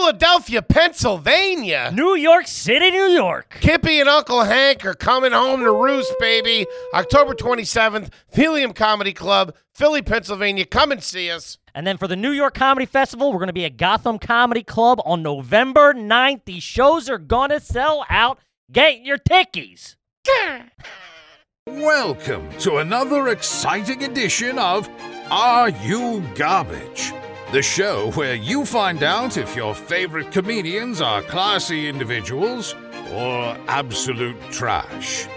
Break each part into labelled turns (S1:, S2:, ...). S1: Philadelphia, Pennsylvania.
S2: New York City, New York.
S1: Kippy and Uncle Hank are coming home to roost, baby. October 27th, Helium Comedy Club, Philly, Pennsylvania. Come and see us.
S2: And then for the New York Comedy Festival, we're going to be at Gotham Comedy Club on November 9th. These shows are going to sell out. Get your tickies.
S3: Welcome to another exciting edition of Are You Garbage? The show where you find out if your favorite comedians are classy individuals or absolute trash.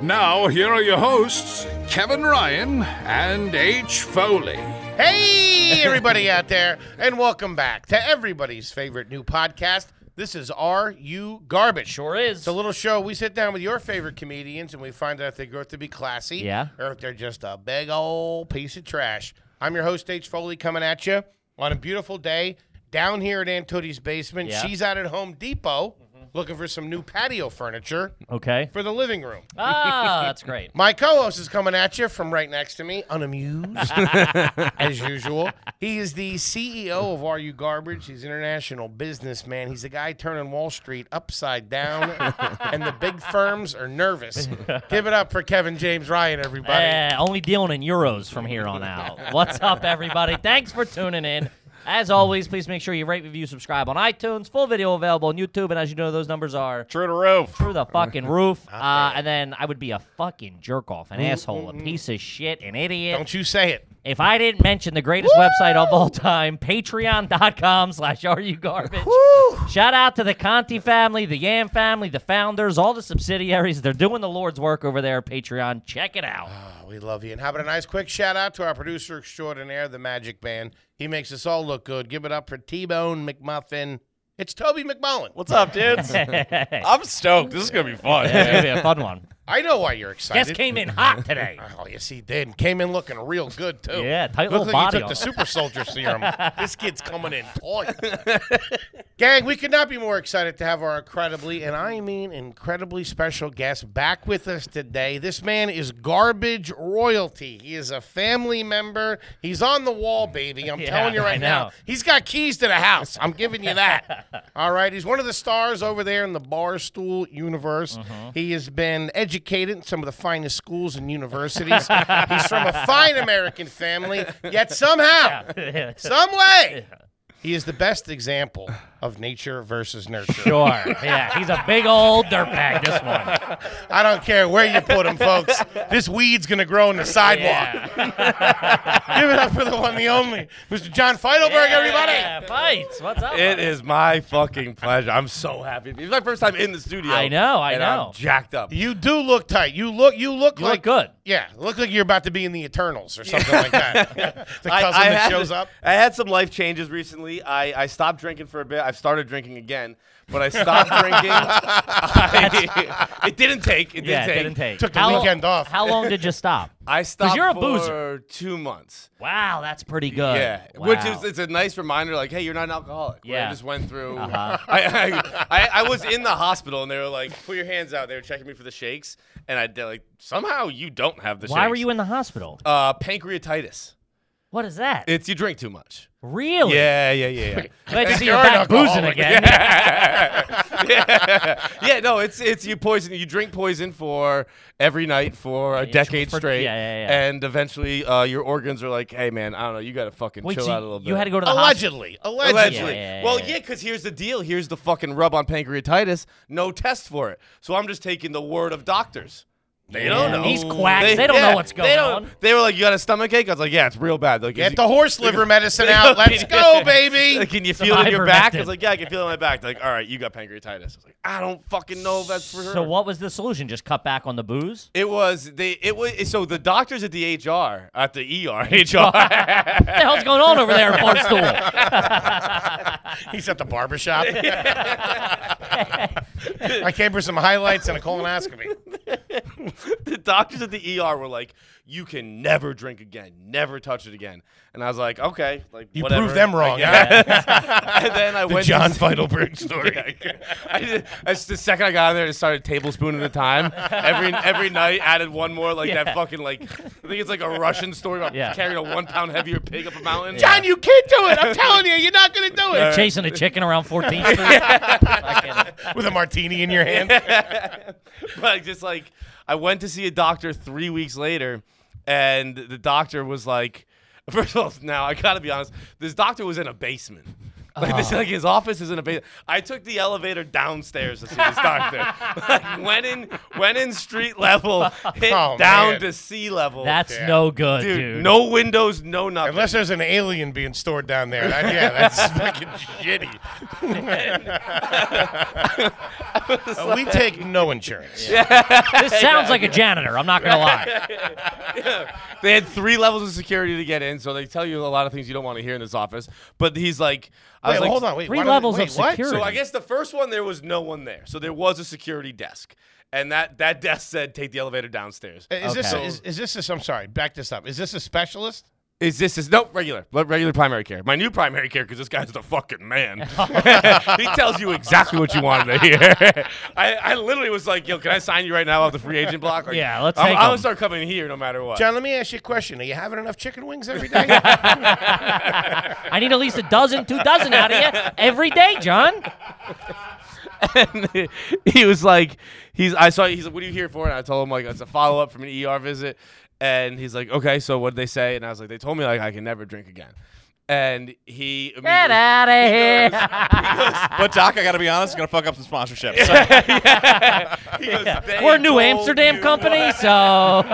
S3: Now, here are your hosts, Kevin Ryan and H. Foley.
S1: Hey, everybody out there, and welcome back to everybody's favorite new podcast. This is Are You Garbage?
S2: Sure is.
S1: It's a little show. We sit down with your favorite comedians and we find out if they grow up to be classy
S2: Yeah.
S1: or if they're just a big old piece of trash. I'm your host, H. Foley, coming at you on a beautiful day down here at Aunt Tootie's basement.
S2: Yeah.
S1: She's out at Home Depot looking for some new patio furniture
S2: Okay.
S1: for the living room.
S2: Ah, that's great.
S1: My co-host is coming at you from right next to me, unamused as usual. He is the CEO of Are You Garbage. He's an international businessman. He's a guy turning Wall Street upside down, and the big firms are nervous. Give it up for Kevin James Ryan, everybody.
S2: Eh, only dealing in euros from here on out. What's up, everybody? Thanks for tuning in. As always, please make sure you rate, review, subscribe on iTunes. Full video available on YouTube. And as you know, those numbers are
S1: True to roof.
S2: through the fucking roof. Uh, and then I would be a fucking jerk off, an asshole, a piece of shit, an idiot.
S1: Don't you say it.
S2: If I didn't mention the greatest website of all time, patreon.com slash are you garbage. Shout out to the Conti family, the Yam family, the founders, all the subsidiaries. They're doing the Lord's work over there at Patreon. Check it out.
S1: Oh, we love you. And how about a nice quick shout out to our producer extraordinaire, the Magic Man. He makes us all look good. Give it up for T-Bone McMuffin. It's Toby McMullen.
S4: What's up, dudes? I'm stoked. This is gonna be fun.
S2: It's gonna be a fun one.
S1: I know why you're excited.
S2: Guest came in hot today.
S1: Oh, yes, he did. Came in looking real good too.
S2: Yeah, tight
S1: Looked
S2: little
S1: like
S2: body
S1: He took
S2: on
S1: the
S2: it.
S1: super soldier serum. this kid's coming in tight. Gang, we could not be more excited to have our incredibly, and I mean incredibly special guest back with us today. This man is garbage royalty. He is a family member. He's on the wall, baby. I'm
S2: Yeah,
S1: telling you
S2: I
S1: right now.
S2: know.
S1: He's got keys to the house. I'm giving you that. All right. He's one of the stars over there in the barstool universe.
S2: Uh-huh.
S1: He has been educated in some of the finest schools and universities. He's from a fine American family, yet somehow, some way, he is the best example of nature versus nurture.
S2: Sure. Yeah, he's a big old dirtbag, this one.
S1: I don't care where you put him, folks. This weed's going to grow on the sidewalk.
S2: Yeah.
S1: Give it up for the one, the only, Mr. John Feidelberg, everybody.
S2: Yeah, Bites, what's up?
S4: It is my fucking pleasure. I'm so happy. to be- It's my first time in the studio.
S2: I know, I
S4: and
S2: know.
S4: I'm jacked up.
S1: You do look tight. You look. You look
S2: You look
S1: like
S2: good.
S1: Yeah, look like you're about to be in the Eternals or something like that. the cousin that
S4: had-
S1: shows up.
S4: I had some life changes recently. I, I stopped drinking for a bit. I've started drinking again, but I stopped drinking. I- it didn't take. It didn't
S2: yeah, it
S4: take.
S2: didn't take.
S1: Took the
S2: How-
S1: weekend off.
S2: How long did you stop?
S4: I stopped
S2: you're a
S4: for
S2: boozer.
S4: two months.
S2: Wow, that's pretty good.
S4: Yeah,
S2: Wow.
S4: which is it's a nice reminder, like, hey, you're not an alcoholic. Where
S2: Yeah.
S4: I just went through.
S2: Uh-huh.
S4: I, I, I I was in the hospital and they were like, put your hands out. They were checking me for the shakes, and I did like somehow you don't have the.
S2: Why
S4: shakes.
S2: were you in the hospital?
S4: Uh, pancreatitis.
S2: What is that?
S4: It's you drink too much.
S2: really?
S4: Yeah, yeah, yeah, yeah.
S2: Glad to see you're
S1: You're an
S2: back boozing
S1: alcoholic.
S2: again.
S4: yeah. Yeah, no, it's it's you poison you drink poison for every night for a decade
S2: for-
S4: straight,
S2: yeah, yeah, yeah.
S4: and eventually uh, your organs are like, hey man, I don't know, you gotta fucking
S2: Wait,
S4: chill
S2: so
S4: out a little bit.
S2: you had to go to the hospital.
S1: Allegedly, allegedly.
S4: Allegedly.
S2: Yeah, yeah, yeah,
S4: well,
S2: yeah.
S4: yeah, because here's the deal. Here's the fucking rub on pancreatitis. No test for it. So I'm just taking the word of doctors. They don't
S2: Yeah,
S4: know.
S2: these quacks, they don't know what's
S4: they
S2: going
S4: don't-
S2: on.
S4: They were like, "You got a stomach ache?" I was like, "Yeah, it's real bad." They're Like, "Is
S1: Get
S4: you-
S1: the horse liver medicine out. Let's go, baby.
S4: Can you
S2: Some
S4: feel it in your back? I
S2: ivermectin.
S4: was like, "Yeah, I can feel it in my back." They're like, "All right, you got pancreatitis." I was like, "I don't fucking know if that's for her."
S2: So what was the solution? Just cut back on the booze?
S4: It was they. It was so the doctors at the HR at the ER HR.
S2: What the hell's going on over there at Barstool?
S1: He's at the barber shop. I came for some highlights and a colonoscopy.
S4: the doctors at the ER were like, "You can never drink again, never touch it again." And I was like, "Okay, like
S1: You
S4: whatever.
S1: proved them wrong. huh?
S4: and then I
S1: The
S4: went
S1: John
S4: to
S1: Feidelberg story.
S4: I did, that's the second I got in there, I started tablespoon at a time. Every every night, added one more, like that fucking like. I think it's like a Russian story about
S2: Yeah.
S4: carrying a one pound heavier pig up a mountain.
S1: John, you can't do it. I'm telling you, you're not going to do it.
S2: Chasing a chicken around 14th Street. Fucking-
S1: With a martini in your hand.
S4: but just like I went to see a doctor three weeks later, and the doctor was like, first of all, now I gotta be honest, this doctor was in a basement. Like this,
S1: Oh.
S4: like his office is in a basement. I took the elevator downstairs to see this doctor. like went in, went in street level, hit
S1: Oh,
S4: down
S1: man.
S4: to sea level.
S2: That's
S1: Yeah.
S2: no good,
S4: dude,
S2: dude.
S4: no windows, no nothing.
S1: Unless there's an alien being stored down there. That- yeah, that's fucking shitty. Uh, we take no insurance.
S2: This sounds like a janitor. I'm not gonna lie.
S4: They had three levels of security to get in, so they tell you a lot of things you don't want to hear in this office. But he's like, I
S1: Wait,
S4: was like,
S1: hold on. Wait,
S2: Three
S1: why don't-
S2: levels
S1: wait,
S2: of
S1: what?
S2: security.
S4: So I guess the first one there was no one there. So there was a security desk, and that that desk said take the elevator downstairs.
S1: Is this a,
S2: Okay.
S1: is, is this a, I'm sorry, back this up. Is this a specialist?
S4: Is this is nope regular le- regular primary care? My new primary care because this guy's the fucking man. he tells you exactly what you wanted to hear. I, I literally was like, yo, can I sign you right now off the free agent block? Like,
S2: Yeah, let's
S4: I'm,
S2: take
S4: I'm gonna
S2: him.
S4: start coming here no matter what.
S1: John, let me ask you a question. Are you having enough chicken wings every day?
S2: I need at least a dozen, two dozen out of you every day, John.
S4: and he was like, he's I saw he's like, what are you here for? And I told him like it's a follow up from an ER visit, and he's like, okay, so what did they say? And I was like, they told me like I can never drink again, and he immediately-
S2: Get out of here.
S5: But Doc, I got to be honest, gonna fuck up some sponsorships.
S4: he goes, "They
S2: We're a New
S4: told
S2: Amsterdam
S4: you
S2: company, so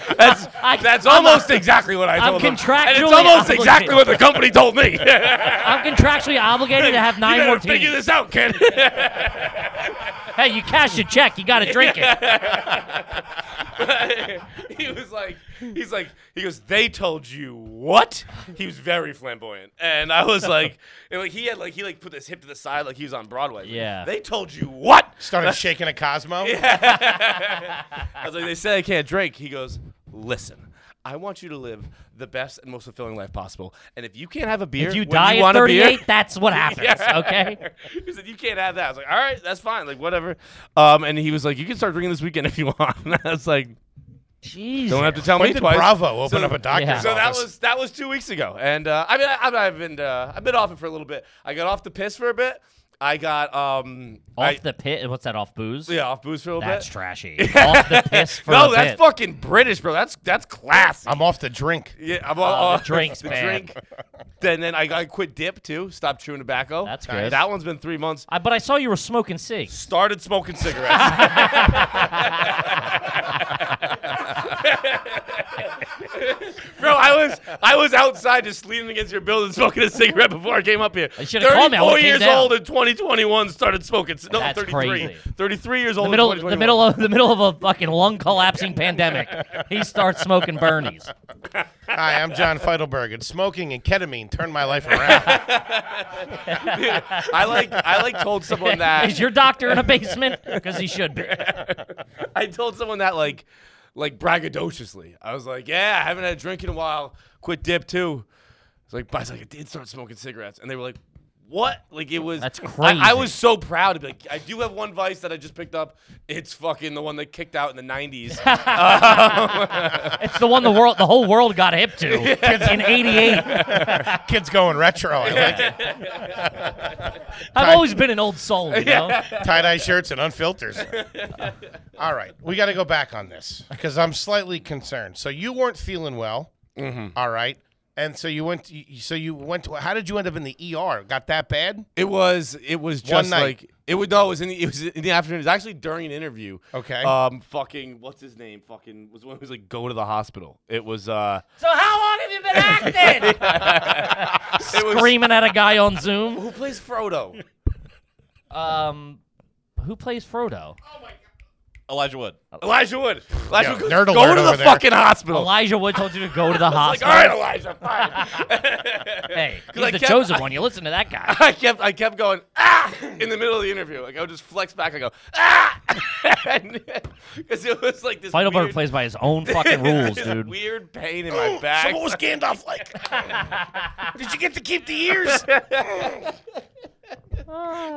S4: That's
S2: I-
S4: that's
S2: I'm a-
S4: almost exactly what I
S2: I'm
S4: told him, and
S2: contractually
S4: it's almost
S2: obligated.
S4: exactly what the company told me.
S2: I'm contractually obligated to have nine
S4: you
S2: more
S4: better figure
S2: teams.
S4: this out, kid.
S2: Hey, you cash a check, you gotta drink it.
S4: he was like, he's like, he goes, they told you what? He was very flamboyant, and I was like, and like he had like he like put his hip to the side like he was on Broadway. Like,
S2: Yeah.
S4: They told you what?
S1: Started shaking a Cosmo?
S4: I was like, they said I can't drink. He goes, listen. I want you to live the best and most fulfilling life possible. And if you can't have a beer,
S2: If you
S4: when
S2: die at
S4: want a beer-
S2: 38, that's what happens, okay?
S4: he said, "You can't have that." I was like, "All right, that's fine. Like, whatever." Um, and he was like, "You can start drinking this weekend if you want." And I was like,
S2: Jesus.
S4: "Don't have to tell
S1: When
S4: me
S1: did
S4: twice."
S1: Bravo open
S4: So-
S1: up a doctor's
S2: Yeah.
S4: So that
S1: office?
S4: was that was two weeks ago, and uh, I mean, I, I mean, I've been uh, I've been off it for a little bit. I got off the piss for a bit. I got um
S2: Off
S4: I-
S2: the pit. What's that, off booze?
S4: yeah off booze for a little
S2: That's
S4: bit.
S2: trashy. off the piss for
S4: no,
S2: a
S4: that's
S2: bit.
S4: fucking British, bro. That's that's class.
S1: I'm off the drink.
S4: yeah, I'm
S2: Oh,
S4: all,
S2: the drink's
S4: the
S2: bad.
S4: drink. Then then I, I quit dip too. Stopped chewing tobacco.
S2: That's good.
S4: That one's been three months.
S2: I, but I saw you were smoking cigs.
S4: started smoking cigarettes. Bro, I was I was outside just leaning against your building smoking a cigarette before I came up here.
S2: You should've called me. I would've came
S4: years
S2: down.
S4: old in 2021 started smoking. c- No,
S2: That's
S4: 33.
S2: crazy.
S4: 33 years old.
S2: the
S4: in
S2: middle, the
S4: 2021.
S2: middle of the middle of a fucking lung collapsing pandemic. He starts smoking Bernies.
S1: Hi, I'm John Feidelberg, and smoking and ketamine turned my life around.
S4: I like I like told someone that
S2: Is your doctor in a basement? Because he should be.
S4: I told someone that like like braggadociously. I was like, yeah, I haven't had a drink in a while. Quit dip too. It's like, but I was like, I did start smoking cigarettes, and they were like, what? Like it was.
S2: That's
S4: I, I
S2: crazy.
S4: was so proud to be like, I do have one vice that I just picked up. It's fucking the one that kicked out in the '90s.
S2: It's the one the world, the whole world got hip to in '88.
S1: Kids going retro. I like it.
S2: I've always been an old soul, you know.
S1: Tie dye shirts and unfilters. All right, we got to go back on this because I'm slightly concerned. So you weren't feeling well. Mm-hmm. right, and so you went. So you went. To, how did you end up in the ER? Got that bad?
S4: It was. It was just
S1: night.
S4: like it would. No, it was in the. It was in the afternoon. It was actually during an interview.
S1: Okay.
S4: Um. Fucking. What's his name? Fucking. Was one who was like go to the hospital. It was. Uh.
S2: So how long have you been acting?
S4: It was.
S2: Screaming at a guy on Zoom.
S4: Who plays Frodo?
S2: Um, who plays Frodo?
S5: Elijah Wood.
S4: Elijah Wood. Elijah
S1: Yo,
S4: Wood goes,
S1: nerd
S4: go
S1: alert
S4: to
S1: over
S4: the
S1: there."
S4: fucking hospital.
S2: Elijah Wood told you to go to the
S4: Oh. like,
S2: hospital.
S4: all right, Elijah, fine.
S2: hey, he's
S4: I
S2: the
S4: kept-
S2: chosen one. You listen to that guy.
S4: I kept, I kept going ah in the middle of the interview. Like I would just flex back. I go ah. Because it was like this.
S2: Feidelberg
S4: weird,
S2: plays by his own fucking rules,
S4: this
S2: dude.
S4: Weird pain in my
S1: So
S4: back.
S1: what Oh, was Gandalf like? Did you get to keep the ears?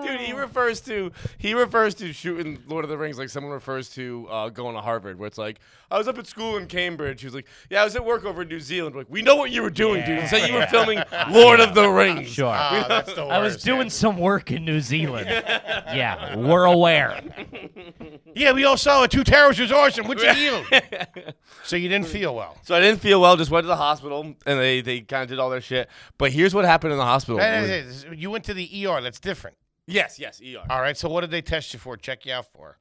S4: Dude, he refers to he refers to shooting Lord of the Rings like someone refers to uh, going to Harvard, where it's like I was up at school in Cambridge. He was like, "Yeah, I was at work over in New Zealand." Like, we know what you were doing, dude. So you were filming Lord of the Rings.
S2: Sure.
S1: Ah, that's the
S2: I was
S1: worst,
S2: doing
S1: man.
S2: some work in New Zealand. yeah, we're aware.
S1: Yeah, we all saw it. Two towers was awesome. What you do? E so you didn't feel well.
S4: So I didn't feel well. Just went to the hospital, and they they kind of did all their shit. But here's what happened in the hospital.
S1: That is- You went to the ER. That's different.
S4: yes, yes, ER.
S1: All right. So what did they test you for? Check you out for?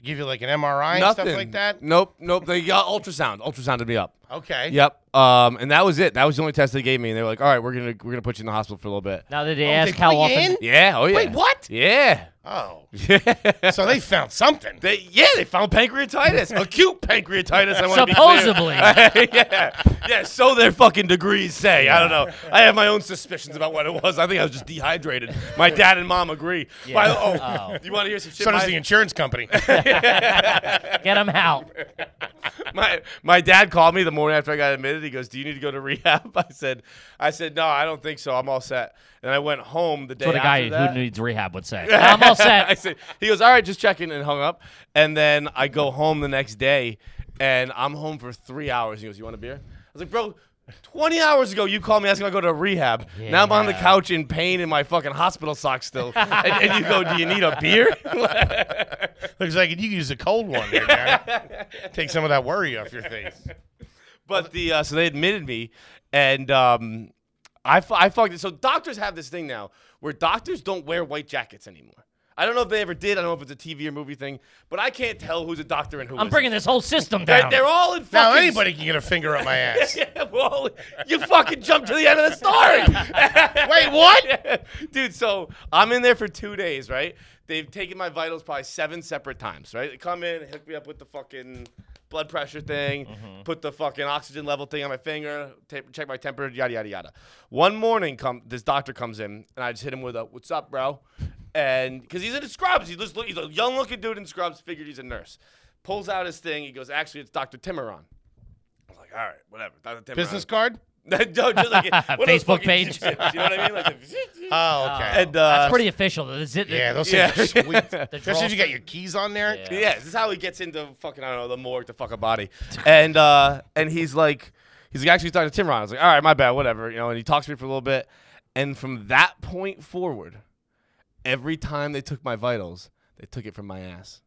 S1: Give you like an MRI and stuff like that?
S4: Nope, nope. They got ultrasound. Ultrasounded me up.
S1: Okay.
S4: Yep. Um, and that was it. That was the only test they gave me. And they were like, "All right, we're gonna we're gonna put you in the hospital for a little bit."
S2: Now did they
S1: Oh, they
S2: ask how
S1: put you
S2: often?
S1: in?
S4: Yeah. Oh yeah.
S1: Wait, what?
S4: Yeah.
S1: Oh.
S4: Yeah.
S1: So they found something.
S4: They, yeah, they found pancreatitis, acute pancreatitis. I want
S2: Supposedly.
S4: to be clear. yeah, yeah. So their fucking degrees say. I don't know. I have my own suspicions about what it was. I think I was just dehydrated. My dad and mom agree. By the- oh, you want to hear some shit?
S1: So does
S4: my,
S1: the insurance company.
S2: Get him out.
S4: my my dad called me the morning after I got admitted. He goes, "Do you need to go to rehab?" I said, "I said no, I don't think so. I'm all set." And I went home the day
S2: That's what a guy
S4: after that.
S2: who needs rehab would say. I'm all
S4: I
S2: set.
S4: said, he goes, all right, just checking, and hung up. And then I go home the next day, and I'm home for three hours. He goes, you want a beer? I was like, bro. 20 hours ago, you called me asking if I go to rehab. Now I'm on the
S2: Yeah.
S4: couch in pain in my fucking hospital sock still. and, and you go, Do you need a beer?
S1: Looks like you could use a cold one. There, Darren. Take some of that worry off your face.
S4: but the uh, so they admitted me, and um, I fu- I fucked it. So doctors have this thing now where doctors don't wear white jackets anymore. I don't know if they ever did. I don't know if it's a TV or movie thing, but I can't tell who's a doctor and who.
S2: I'm
S4: isn't.
S2: bringing this whole system
S4: They're,
S2: down.
S4: they're all in
S1: Now
S4: fucking.
S1: anybody can get a finger up my ass.
S4: Yeah, well, you fucking jumped to the end of the story.
S1: Wait, what?
S4: Dude, so I'm in there for two days, right? They've taken my vitals probably seven separate times, right? They come in, hook me up with the fucking blood pressure thing,
S1: Mm-hmm.
S4: put the fucking oxygen level thing on my finger, ta- check my temperature, yada yada yada. One morning, come this doctor comes in, and I just hit him with a "What's up, bro?" And because he's in his scrubs, he just look, he's a young looking dude in scrubs. Figured he's a nurse. Pulls out his thing. He goes, "Actually, it's Dr. Timuron." I was like, "All right, whatever." Dr. Timuron.
S1: Business card?
S4: no, just like one of those
S2: Facebook
S4: fucking
S2: page.
S4: zip zips, you know what I mean? Like the
S1: Oh, okay.
S4: and uh,
S2: Pretty official. This is-
S1: yeah, those
S4: yeah.
S1: things are sweet. Especially
S2: draw-
S1: if you got your keys on there.
S2: Yeah.
S4: yeah, this is how he gets into fucking I don't know the morgue to fuck a body, and uh, and he's like, he's like, actually talking to Tim Ron. I was like, all right, my bad, whatever, you know. And he talks to me for a little bit, and from that point forward, every time they took my vitals, they took it from my ass,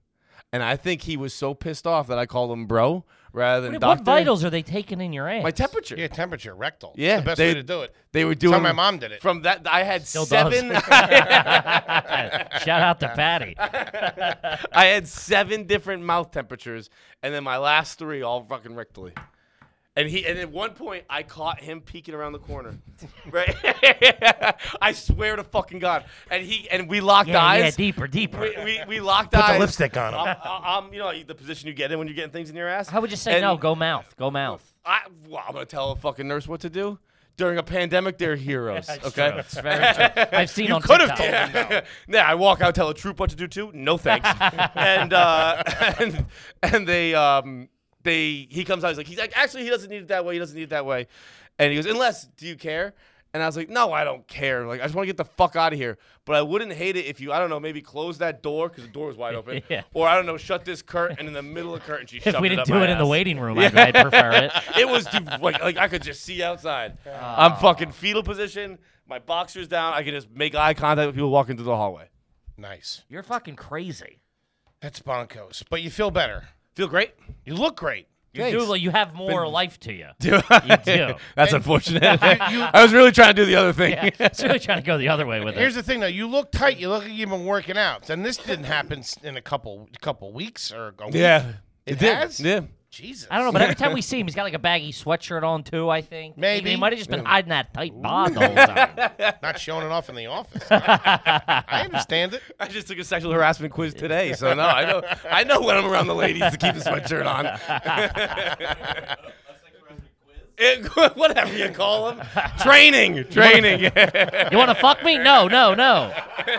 S4: and I think he was so pissed off that I called him bro rather than
S2: Wait,
S4: doctor.
S2: what vitals are they taking in your ass?
S4: My temperature.
S1: Yeah, temperature, rectal. It's
S4: Yeah,
S1: the best
S4: they-
S1: way to do it.
S4: They were
S1: That's
S4: doing
S1: how my mom did it.
S4: From that, I had
S2: Still does.
S4: seven.
S2: Shout out to Patty.
S4: I had seven different mouth temperatures, and then my last three all fucking rectally. And he, and at one point, I caught him peeking around the corner. Right? I swear to fucking god. And he, and we locked
S2: Yeah, yeah,
S4: eyes.
S2: deeper, deeper.
S4: we, we, we locked
S1: the
S4: eyes.
S1: lipstick on him.
S4: I'm, I'm- you know, the position you get in when you're getting things in your ass.
S2: How would you say
S4: And
S2: no? Go mouth. Go mouth.
S4: I, well, I'm gonna tell a fucking nurse what to do. During a pandemic, they're heroes. okay.
S2: It's very true. I've seen on
S1: could have
S2: TikTok.
S1: told him.
S4: Yeah. Nah, I walk out, tell a troop what to do too. No thanks. and uh, and and they um they he comes out. He's like he's like actually he doesn't need it that way. He doesn't need it that way. And he goes unless do you care? And I was like, no, I don't care. Like, I just want to get the fuck out of here. But I wouldn't hate it if you, I don't know, maybe close that door because the door was wide open,
S2: Yeah.
S4: or I don't know, shut this curtain. And in the middle of the curtain, she
S2: If
S4: shoved
S2: we
S4: it
S2: didn't
S4: up
S2: do
S4: my
S2: it in the
S4: ass.
S2: waiting room, I'd, I'd prefer it.
S4: It was dude, like like I could just see outside. I'm fucking fetal position. My boxer's down. I can just make eye contact with people walking through the hallway.
S1: Nice.
S2: You're fucking crazy.
S1: That's bonkers. But you feel better.
S4: Feel great.
S1: You look great.
S2: You do.
S4: Thanks.
S2: like, You have more life to you.
S4: do.
S2: do.
S4: That's unfortunate. I was really trying to do the other thing.
S2: Yeah, it's really trying to go the other way with
S1: Here's
S2: it.
S1: the thing, though. You look tight. You look like you've been working out. And this didn't happen s- in a couple couple weeks or a week. It,
S4: did.
S1: has?
S4: Yeah.
S1: Jesus.
S2: I don't know, but every time we see him, he's got like a baggy sweatshirt on too. I think He-
S1: Maybe.
S2: he might have just been hiding that tight bod the whole time.
S1: Not showing it off in the office. I understand it.
S4: I just took a sexual harassment quiz today, so no, I know I know when I'm around the ladies to keep the sweatshirt on. Eh, whatever you call them, training, training.
S2: You want to fuck me? No, no, no.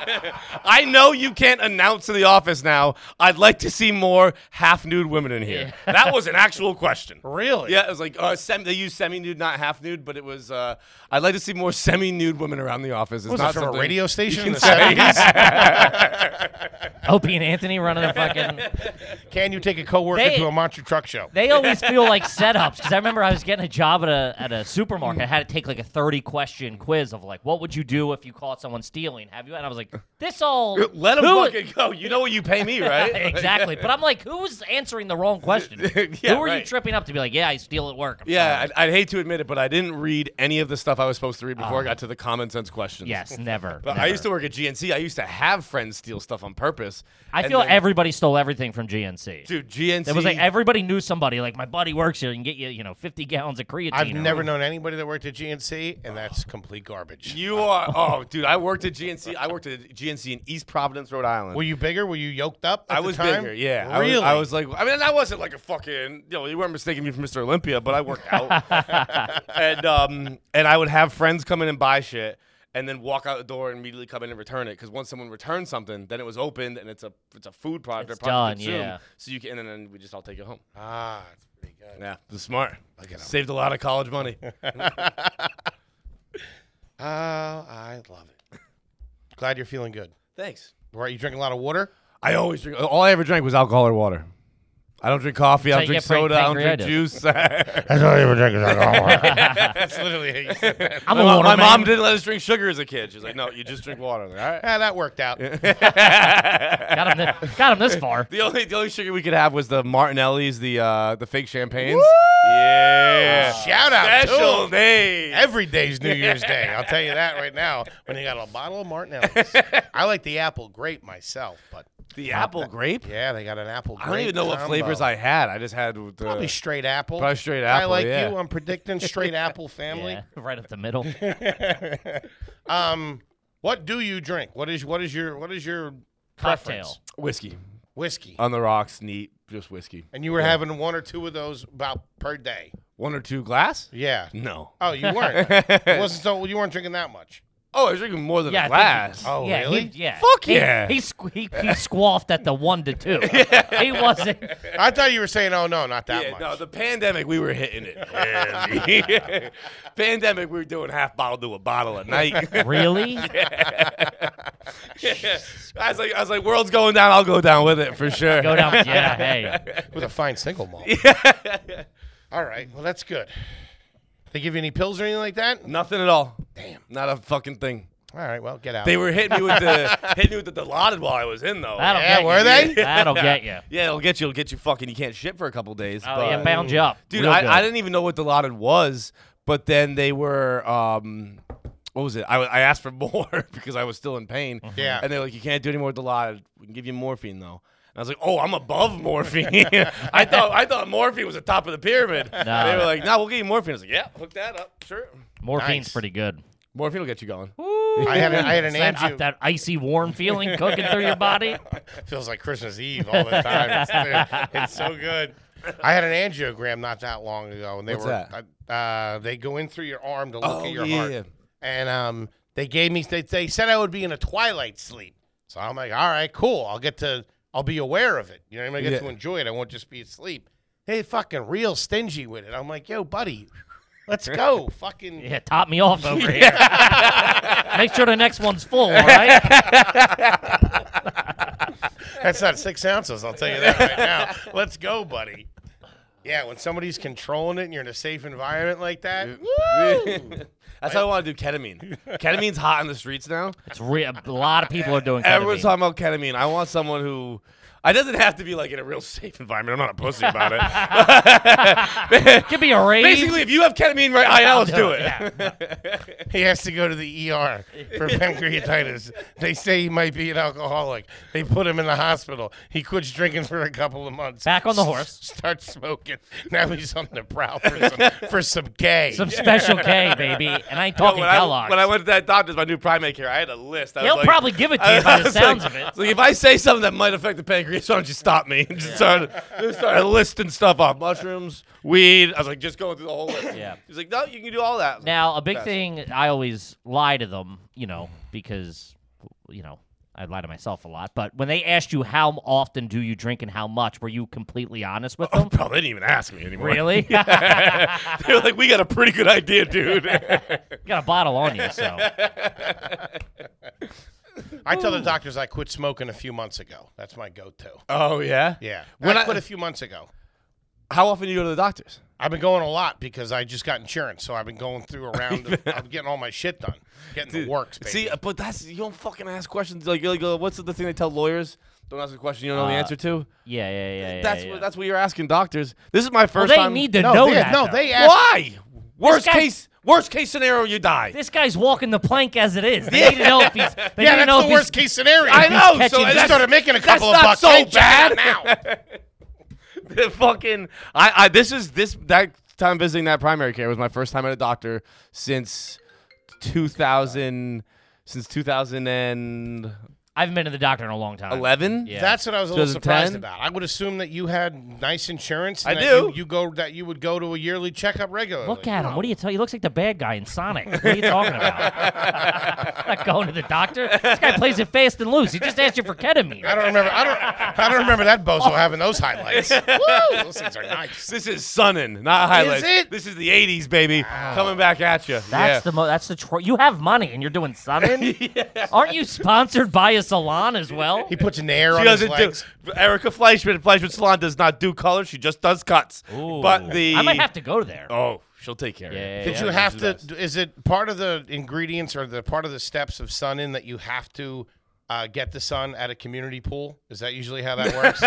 S4: I know you can't announce to the office now. I'd like to see more half nude women in here. That was an actual question.
S1: Really?
S4: Yeah, it was like uh, sem- they use semi nude, not half nude, but it was. Uh, I'd like to see more semi nude women around the office. It's
S1: Was
S4: not
S1: it from a
S4: something-
S1: radio station in the
S4: say.
S1: 70s?
S2: Opie and Anthony running a fucking.
S1: Can you take a coworker
S2: They-
S1: to a monster truck show?
S2: They always feel like setups because I remember I was getting a job at a at a supermarket. I had to take like a thirty question quiz of like, what would you do if you caught someone stealing? Have you? And I was like, this all
S4: Let them
S2: who-
S4: fucking go. You know what you pay me, right?
S2: exactly. But I'm like, who's answering the wrong question?
S4: Yeah,
S2: Who are you
S4: right.
S2: tripping up to be like, yeah, I steal at work? I'm
S4: Yeah,
S2: sorry."
S4: I'd, I'd hate to admit it, but I didn't read any of the stuff I was supposed to read before I got to the common sense questions.
S2: Ah. yes, never.
S4: But I used to work at GNC. I used to have friends steal stuff on purpose.
S2: I
S4: and
S2: feel
S4: then-
S2: everybody stole everything from GNC.
S4: Dude, GNC.
S2: It was like everybody knew somebody. Like my buddy works here and get you, you know, fifty gallons of creatine.
S1: I've
S2: or
S1: never
S2: whatever.
S1: known anybody that worked at GNC, and that's complete garbage.
S4: You are. Oh, dude, I worked at GNC. I worked at GNC in East Providence, Rhode Island.
S1: Were you bigger? Were you yoked up? At
S4: I
S1: the
S4: was
S1: time?
S4: bigger, yeah. I was-
S1: Really?
S4: I was, like, I mean, I wasn't like a fucking, you know, you weren't mistaking me for Mr. Olympia, but I worked out, and um, and I would have friends come in and buy shit, and then walk out the door and immediately come in and return it, because once someone returned something, then it was opened and it's a it's a food product,
S2: It's
S4: they're probably
S2: done,
S4: consumed,
S2: yeah.
S4: So you can, and then we just all take it home.
S1: ah, it's pretty good.
S4: Yeah, this is smart.
S1: Look at 'em.
S4: Saved a lot of college money.
S1: Oh, I love it. Glad you're feeling good.
S4: Thanks.
S1: Right, you drink a lot of water.
S4: I always drink. All I ever drank was alcohol or water. I don't drink coffee. I
S2: how
S4: don't
S2: you
S4: drink
S2: get pan-
S4: soda. I don't drink
S2: pancreatitis.
S4: juice.
S1: That's all you ever drink is alcohol.
S4: That's literally how you said that.
S2: I'm
S4: my,
S2: a
S4: mom-
S2: loner,
S4: my mom
S2: man.
S4: didn't let us drink sugar as a kid. She's like, no, you just drink water. I'm like, all right.
S1: yeah, that worked out.
S2: Got him, thi- got him this far.
S4: The only the only sugar we could have was the Martinelli's, the uh, the fake champagnes. Yeah.
S1: Shout out to
S4: Special
S1: 'em.
S4: day.
S1: Every day's New Year's Day. I'll tell you that right now. When you got a bottle of Martinelli's, I like the apple grape myself, but
S4: the apple grape.
S1: yeah, they got an apple.
S4: I
S1: grape
S4: don't even know what
S1: combo.
S4: flavors I had. I just had the,
S1: Probably straight apple.
S4: Probably straight
S1: I
S4: apple,
S1: like
S4: yeah.
S1: you. I'm predicting straight apple family.
S2: Yeah, right up the middle.
S1: Um, what do you drink? What is what is your what is your
S2: Cocktail.
S1: preference?
S4: whiskey
S1: Whiskey.
S4: on the rocks, neat, just whiskey.
S1: and you were having one or two of those about per day.
S4: One or two glass.
S1: Yeah.
S4: No.
S1: Oh, you weren't. it wasn't so you weren't drinking that much.
S4: Oh, I was drinking more than
S2: Yeah, I
S4: a
S2: think-
S4: glass.
S1: Oh,
S2: yeah,
S1: really?
S2: He, yeah.
S4: Fuck
S2: He-
S4: yeah.
S2: He, squ- he, he squawked at the one to two. He wasn't.
S1: I thought you were saying, "Oh no, not that
S4: yeah,
S1: much."
S4: no, the pandemic, we were hitting it. heavy. pandemic, we were doing half bottle to a bottle a night.
S2: Really?
S4: I was like, I was like, world's going down. I'll go down with it for sure.
S2: Go down. Yeah, hey.
S1: With a fine single malt. All right. Well, that's good. They give you any pills or anything like that?
S4: Nothing at all. Damn, not a fucking thing.
S1: All right. Well, get out.
S4: They were hitting me with the hitting me with the Dilaudid while I was in though.
S2: That'll
S1: Yeah,
S2: get
S1: were
S2: you.
S1: they?
S2: That'll get you.
S4: yeah, it'll get you. It'll get you fucking. You can't shit for a couple days.
S2: Oh,
S4: but-
S2: yeah, bound you up.
S4: Dude,
S2: Real
S4: I,
S2: good.
S4: I didn't even know what Dilaudid was, but then they were, um, what was it? I, I asked for more because I was still in pain.
S2: Mm-hmm.
S1: Yeah.
S4: And they're like, you can't do any more Dilaudid. We can give you morphine, though. And I was like, oh, I'm above morphine. I thought I thought morphine was the top of the pyramid.
S2: Nah.
S4: They were like, no, nah, we'll give you morphine. I was like, yeah, hook that up. Sure.
S2: Morphine's
S1: Nice.
S2: pretty good.
S4: Morphine will get you going.
S1: I had an, I had an
S2: It's that, uh,
S1: Andrew.
S2: that icy, warm feeling cooking through your body.
S1: feels like Christmas Eve all the time. It's, it's so good. I had an angiogram not that long ago, and they
S4: What's
S1: were
S4: that?
S1: uh, uh, they go in through your arm to look
S4: Oh,
S1: at your
S4: yeah,
S1: heart,
S4: yeah.
S1: and um, they gave me they, they said I would be in a twilight sleep. So I'm like, all right, cool. I'll get to I'll be aware of it. You know, what I mean? I get to
S4: Yeah.
S1: enjoy it. I won't just be asleep. They fucking real stingy with it. I'm like, yo, buddy, let's go. fucking
S2: Yeah, top me off over here. Make sure the next one's full, all right?
S1: That's not six ounces. I'll tell you that right now. Let's go, buddy. Yeah, when somebody's controlling it and you're in a safe environment like that,
S4: That's how I want to do ketamine. Ketamine's hot on the streets now.
S2: It's real. A lot of people are doing
S4: Everyone's
S2: ketamine.
S4: talking about ketamine. I want someone who. I doesn't have to be like in a real safe environment. I'm not a pussy about it.
S2: Give me a rave.
S4: Basically, if you have ketamine right now, let's do it.
S2: Oh, Yeah.
S1: he has to go to the ER for pancreatitis. They say he might be an alcoholic. They put him in the hospital. He quits drinking for a couple of months.
S2: Back on the horse.
S1: Starts smoking. Now he's on the prowl for some, for some gay.
S2: Some special K, baby. And I ain't
S4: Yo,
S2: talking
S4: when, I,
S2: Kellogg's.
S4: when I went to that doctor's, my new primate care, I had a list. I was
S2: He'll
S4: like-
S2: probably give it to you by
S4: I
S2: the
S4: was
S2: sounds
S4: like-
S2: of
S4: I was
S2: it.
S4: Like, if I say something that might affect the pancreas, why don't you stop me? And just started, just started listing stuff off mushrooms, weed. I was like, just going through the whole list.
S2: Yeah.
S4: He's like, no, you can do all that. I was like,
S2: Now, a big
S4: Best. Mm-hmm.
S2: thing I always lie to them, you know, because you know, I lie to myself a lot, but when they asked you how often do you drink and how much, were you completely honest with them?
S4: Bro, they didn't even ask me anymore.
S2: Really?
S4: they were like, we got a pretty good idea, dude.
S2: Got a bottle on you, so
S1: I tell the doctors I quit smoking a few months ago. That's my go-to.
S4: oh, yeah?
S1: Yeah,
S4: When
S1: I
S4: I-
S1: quit a few months ago.
S4: How often do you go to the doctors?
S1: I've been going a lot because I just got insurance, so I've been going through a round. Of, I'm getting all my shit done, getting the works. Baby.
S4: See, uh, but that's, you don't fucking ask questions. Like, like uh, what's the thing they tell lawyers? Don't ask a question you don't know the
S2: Uh,
S4: answer to.
S2: yeah, yeah, yeah. yeah
S4: that's
S2: yeah.
S4: what that's what you're asking doctors. This is my
S2: Well,
S4: first
S2: they
S4: time.
S2: need to
S1: no,
S2: know
S1: they,
S2: that.
S1: no,
S2: though.
S1: they asked.
S4: Why? Worst
S2: guy-
S4: case, worst case scenario, you die.
S2: This guy's walking the plank as it is. They need to know if he's. They
S1: Yeah,
S2: need to
S1: that's the
S2: know if he's-
S1: worst case scenario.
S4: I know.
S2: catching
S4: So
S2: this
S1: I
S4: that's,
S1: started making a
S4: that's
S1: couple
S4: not
S1: of bucks.
S4: so
S1: Hey, check it
S4: bad.
S1: out now.
S4: the fucking I, I this is this that time visiting that primary care was my first time at a doctor since 2000 since 2011
S2: I haven't been to the doctor in a long time. Yeah.
S1: That's what I was a little surprised
S4: 2010?
S1: about. I would assume that you had nice insurance. and
S4: I
S1: that You,
S4: do.
S1: you go that you would go to a yearly checkup regularly.
S2: Look at him. What do you tell? He looks like the bad guy in Sonic. What are you talking about? I'm not going to the doctor. This guy plays it fast and loose. He just asked you for
S1: I
S2: ketamine.
S1: don't remember. I don't. I don't remember that bozo having those highlights. Woo, those things are nice.
S4: this is sunning not highlights
S1: it?
S4: this is the 80s baby coming back at you
S2: That's the mo- that's the tro- you have money and you're doing something. Aren't you sponsored by a salon as well?
S1: He puts an air
S4: she
S1: on his
S4: doesn't do
S1: legs.
S4: Erica Fleischman at Fleischman Salon does not do color she just does cuts but the
S2: I might have to go there.
S4: oh she'll take care of
S2: Yeah,
S4: it
S1: Did
S2: yeah,
S1: you
S2: yeah.
S1: have
S4: do
S1: to? Is it part of the ingredients or the part of the steps of sun in that you have to uh, get the sun at a community pool? Is that usually how that works?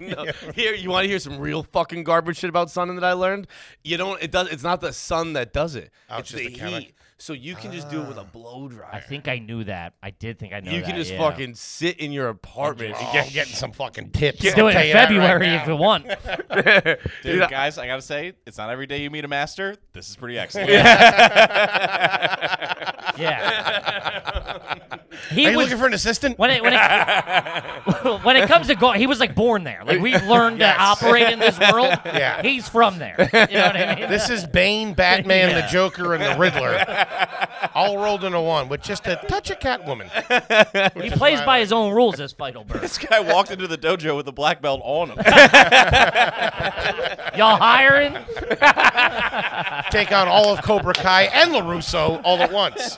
S4: No. Here, you want to hear some real fucking garbage shit about sun that I learned? You don't. It does. It's not the sun that does it.
S1: Oh, it's just
S4: it's the
S1: the chemi- Ah.
S4: heat. So you can just do it with a blow dryer.
S2: I think I knew that. I did think I knew
S4: you
S2: that,
S4: can just
S2: yeah.
S4: fucking sit in your apartment and
S1: oh,
S4: get.
S1: getting some fucking tips.
S4: Get-
S2: do
S1: I'll
S2: it
S1: tell
S2: in
S1: you that right
S2: February
S1: now.
S2: if you want.
S5: Dude,
S4: Yeah.
S5: guys, I gotta say, it's not every day you meet a master. This is pretty excellent.
S2: Yeah. He
S1: Are you
S2: was
S1: looking for an assistant?
S2: when it when it when it comes to going, he was like born there. Like we learned to operate in this world.
S1: Yeah.
S2: he's from there. You know what I mean?
S1: This is Bane, Batman,
S2: Yeah.
S1: the Joker, and the Riddler, all rolled into one with just a touch of Catwoman.
S2: he plays by his own rules as Feidelberg.
S5: this guy walked into the dojo with a black belt on him.
S2: Y'all hiring?
S1: Take on all of Cobra Kai and Larusso all at once.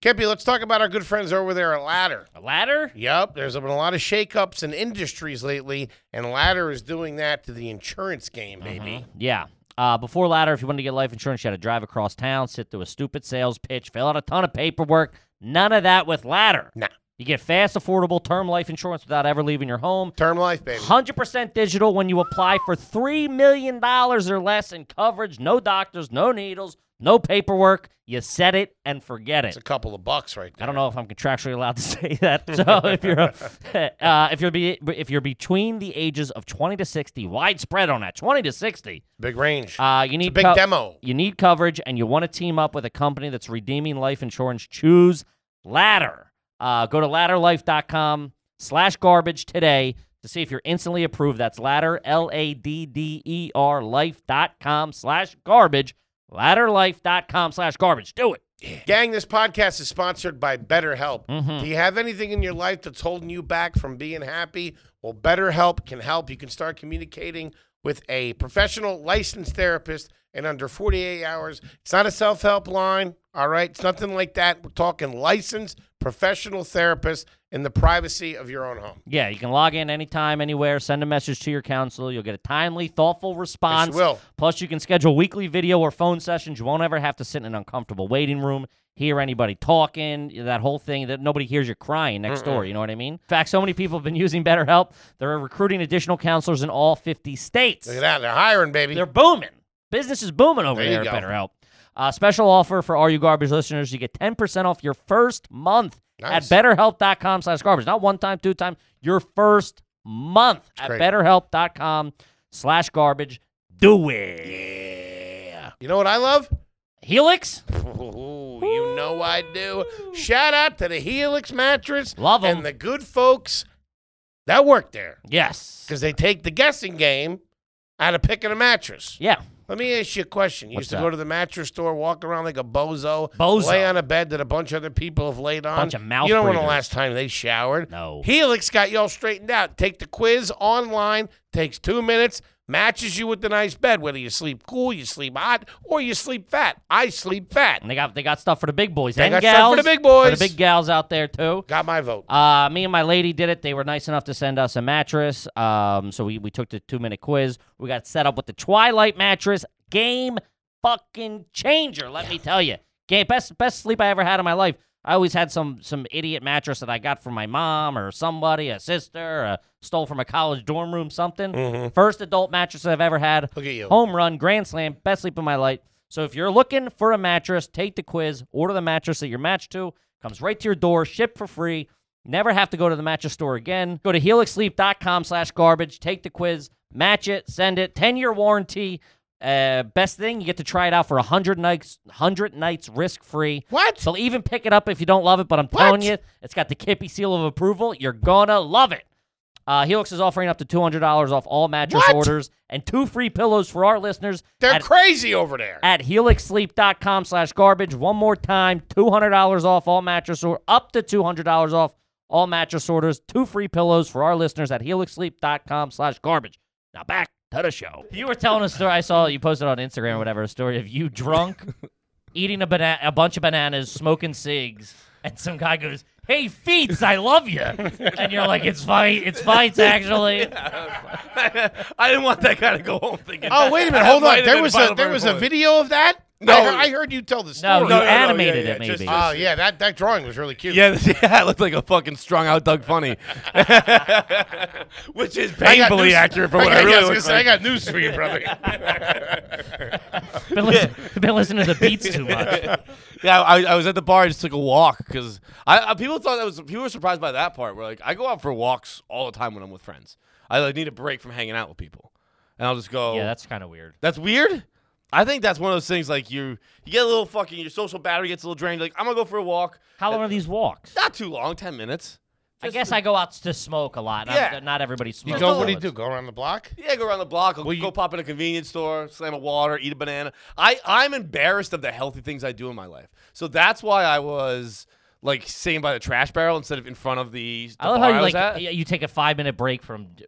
S1: Kippy, let's talk about our good friends over there at Ladder.
S2: A ladder?
S1: Yep, there's been a lot of shakeups in industries lately, and Ladder is doing that to the insurance game, baby.
S2: Yeah. Uh, before ladder, if you wanted to get life insurance, you had to drive across town, sit through a stupid sales pitch, fill out a ton of paperwork. None of that with ladder.
S1: Nah.
S2: You get fast, affordable term life insurance without ever leaving your home.
S1: Term life, baby.
S2: 100% digital when you apply for $3 million or less in coverage. No doctors, no needles, no paperwork. You set it and forget it.
S1: It's a couple of bucks right
S2: I
S1: there.
S2: don't know if I'm contractually allowed to say that. So if you're uh, if you're be, if you're between the ages of 20 to 60, widespread on that 20 to 60,
S1: Big range.
S2: uh, you need
S1: big
S2: co-
S1: demo.
S2: You need coverage, and you want to team up with a company that's redeeming life insurance. Choose Ladder. Uh, go to ladderlife.com slash garbage today to see if you're instantly approved. That's Ladder, L-A-D-D-E-R, life.com slash garbage. Ladderlife.com slash garbage. Do it.
S1: Gang, this podcast is sponsored by BetterHelp.
S2: Mm-hmm.
S1: Do you have anything in your life that's holding you back from being happy? Well, BetterHelp can help. You can start communicating with a professional licensed therapist in under 48 hours. It's not a self help line, all right? It's nothing like that. We're talking licensed professional therapist in the privacy of your own home.
S2: Yeah, you can log in anytime, anywhere, send a message to your counselor. You'll get a timely, thoughtful response.
S1: will.
S2: Plus, you can schedule weekly video or phone sessions. You won't ever have to sit in an uncomfortable waiting room, hear anybody talking, that whole thing that nobody hears you crying next door. You know what I mean? In fact, so many people have been using BetterHelp, they're recruiting additional counselors in all 50 states.
S1: Look at that. They're hiring, baby.
S2: They're booming. Business is booming over
S1: There you
S2: there, at
S1: go.
S2: BetterHelp. Uh, special offer for all you garbage listeners. You get 10% off your first month
S1: Nice.
S2: at betterhelp.com slash garbage. Not one time, two time, your first month at
S1: great.
S2: betterhelp.com slash garbage. Do it.
S1: you know what I love?
S2: Helix?
S1: Ooh, you know I do. Shout out to the Helix mattress.
S2: Love 'em.
S1: And the good folks that work there.
S2: Yes.
S1: because they take the guessing game out of picking a mattress.
S2: Yeah.
S1: Let me ask you a question. You used to
S2: that?
S1: go to the mattress store, walk around like a bozo,
S2: Bozo.
S1: lay on a bed that a bunch of other people have laid on.
S2: Bunch of mouth
S1: You don't know the
S2: breathers.
S1: last time they showered.
S2: No.
S1: Helix got y'all straightened out. Take the quiz online. Takes two minutes. Matches you with the nice bed, whether you sleep cool, you sleep hot, or you sleep fat. I sleep fat.
S2: And they got they got stuff for the big boys
S1: They
S2: and
S1: got
S2: gals.
S1: stuff for the big
S2: For
S1: boys.
S2: the big gals out there too.
S1: Got my vote.
S2: Uh, me and my lady did it. They were nice enough to send us a mattress. Um, so we, we took the two minute quiz. We got set up with the Twilight mattress. Game fucking changer. Let me tell you, game best best sleep I ever had in my life. I always had some some idiot mattress that I got from my mom or somebody, a sister, uh, stole from a college dorm room, something. First adult mattress I've ever had.
S1: Look at you.
S2: Home run, grand slam, best sleep of my life. So if you're looking for a mattress, take the quiz, order the mattress that you're matched to, comes right to your door, shipped for free. Never have to go to the mattress store again. Go to helixsleep.com slash garbage, take the quiz, match it, send it, 10-year warranty. Uh, best thing, you get to try it out for 100 nights, 100 nights risk-free.
S1: What?
S2: So even pick it up if you don't love it, but I'm telling you, it's got the Kippy seal of approval. You're gonna love it. Uh, Helix is offering up to $200 off all mattress
S1: What?
S2: orders and two free pillows for our listeners
S1: They're
S2: at,
S1: crazy over there.
S2: at helixsleep.com slash garbage. One more time, $200 off all mattress or up to $200 off all mattress orders, two free pillows for our listeners at helixsleep.com slash garbage. Now back to the show. You were telling a story I saw you posted on Instagram or whatever, a story of you drunk, eating a, bana- a bunch of bananas, smoking cigs, and some guy goes, Hey Feets, I love you. And you're like, It's fine, it's fine, actually.
S4: I didn't want that guy to go home thinking.
S1: Oh wait a minute,
S4: that
S1: hold
S4: might
S1: on.
S4: have
S1: There
S4: been
S1: was
S4: vital
S1: a there
S4: for
S1: was
S4: your
S1: a
S4: point.
S1: video of that.
S4: No.
S1: I heard, I heard you tell the
S2: No,
S1: story.
S2: you
S4: no, no, yeah,
S2: animated
S4: yeah,
S2: it
S4: just-
S2: maybe.
S4: just-
S1: oh yeah, that that drawing was really cute.
S4: Yeah, yeah, it looked like a fucking strung out Doug Funny, which is
S1: I got
S4: painfully
S1: news-
S4: accurate for what I
S1: got- yeah,
S4: really
S1: was
S4: look
S1: gonna say, I
S4: like.
S1: got news for you, brother.
S2: been, listen- been listening to the beats too much.
S4: Yeah, I, I was at the bar. I just took a walk because I, I people thought that was people were surprised by that part. Where like I go out for walks all the time when I'm with friends. I like, need a break from hanging out with people, and I'll just go.
S2: Yeah, that's kind of weird.
S4: That's weird. I think that's one of those things like you you get a little fucking your social battery gets a little drained. Like I'm gonna go for a walk.
S2: How long are these walks?
S4: Not too long, ten minutes.
S2: I
S4: Just-
S2: guess I go out to smoke a lot. and I'm-
S4: Yeah.
S2: Not everybody smokes.
S1: You go. What do you
S2: so
S1: do? Go around the block?
S4: Yeah, go around the block. I'll go pop in a convenience store, slam a water, eat a banana. I I'm embarrassed of the healthy things I do in my life, so that's why I was like sitting by the trash barrel instead of in front of the. the
S2: I love
S4: bar
S2: how you
S4: I was
S2: like
S4: at.
S2: y- you take a five minute break from d-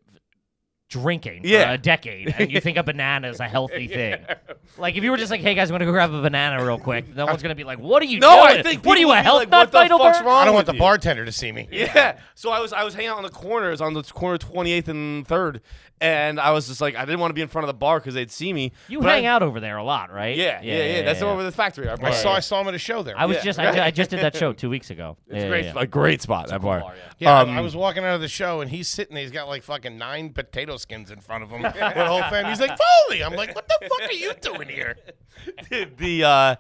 S2: drinking for
S4: Yeah.
S2: a decade, and you think a banana is a healthy thing. Like if you were just like, "Hey guys, I'm gonna go grab a banana real quick," no one's gonna be like, "What are you
S4: No,
S2: doing?
S4: I think
S2: what are
S4: people
S2: you
S4: would
S2: a
S4: be
S2: health
S4: like,
S2: nut,
S4: what the fuck's
S2: Heidelberg?"
S4: wrong?
S1: I don't
S4: with
S1: want the
S4: you.
S1: bartender to see me.
S4: Yeah. So I was I was hanging out on the corners on the corner 28th and 3rd, and I was just like I didn't want to be in front of the bar because they'd see me.
S2: You
S4: but I-
S2: hang out over there a lot, right?
S4: Yeah, yeah, yeah. That's the one with the factory.
S1: I saw I saw him at a show there.
S2: I was
S4: Yeah,
S2: just I,
S4: right.
S2: ju- I just did that show two weeks ago. Yeah, yeah,
S4: great,
S2: yeah.
S4: a great spot that bar.
S2: bar, yeah.
S1: yeah,
S4: um,
S1: I was walking out of the show and he's sitting there. He's got like fucking nine potato skins in front of him. with the whole family. He's like Foley. I'm like, what the fuck are you doing here?
S4: the uh,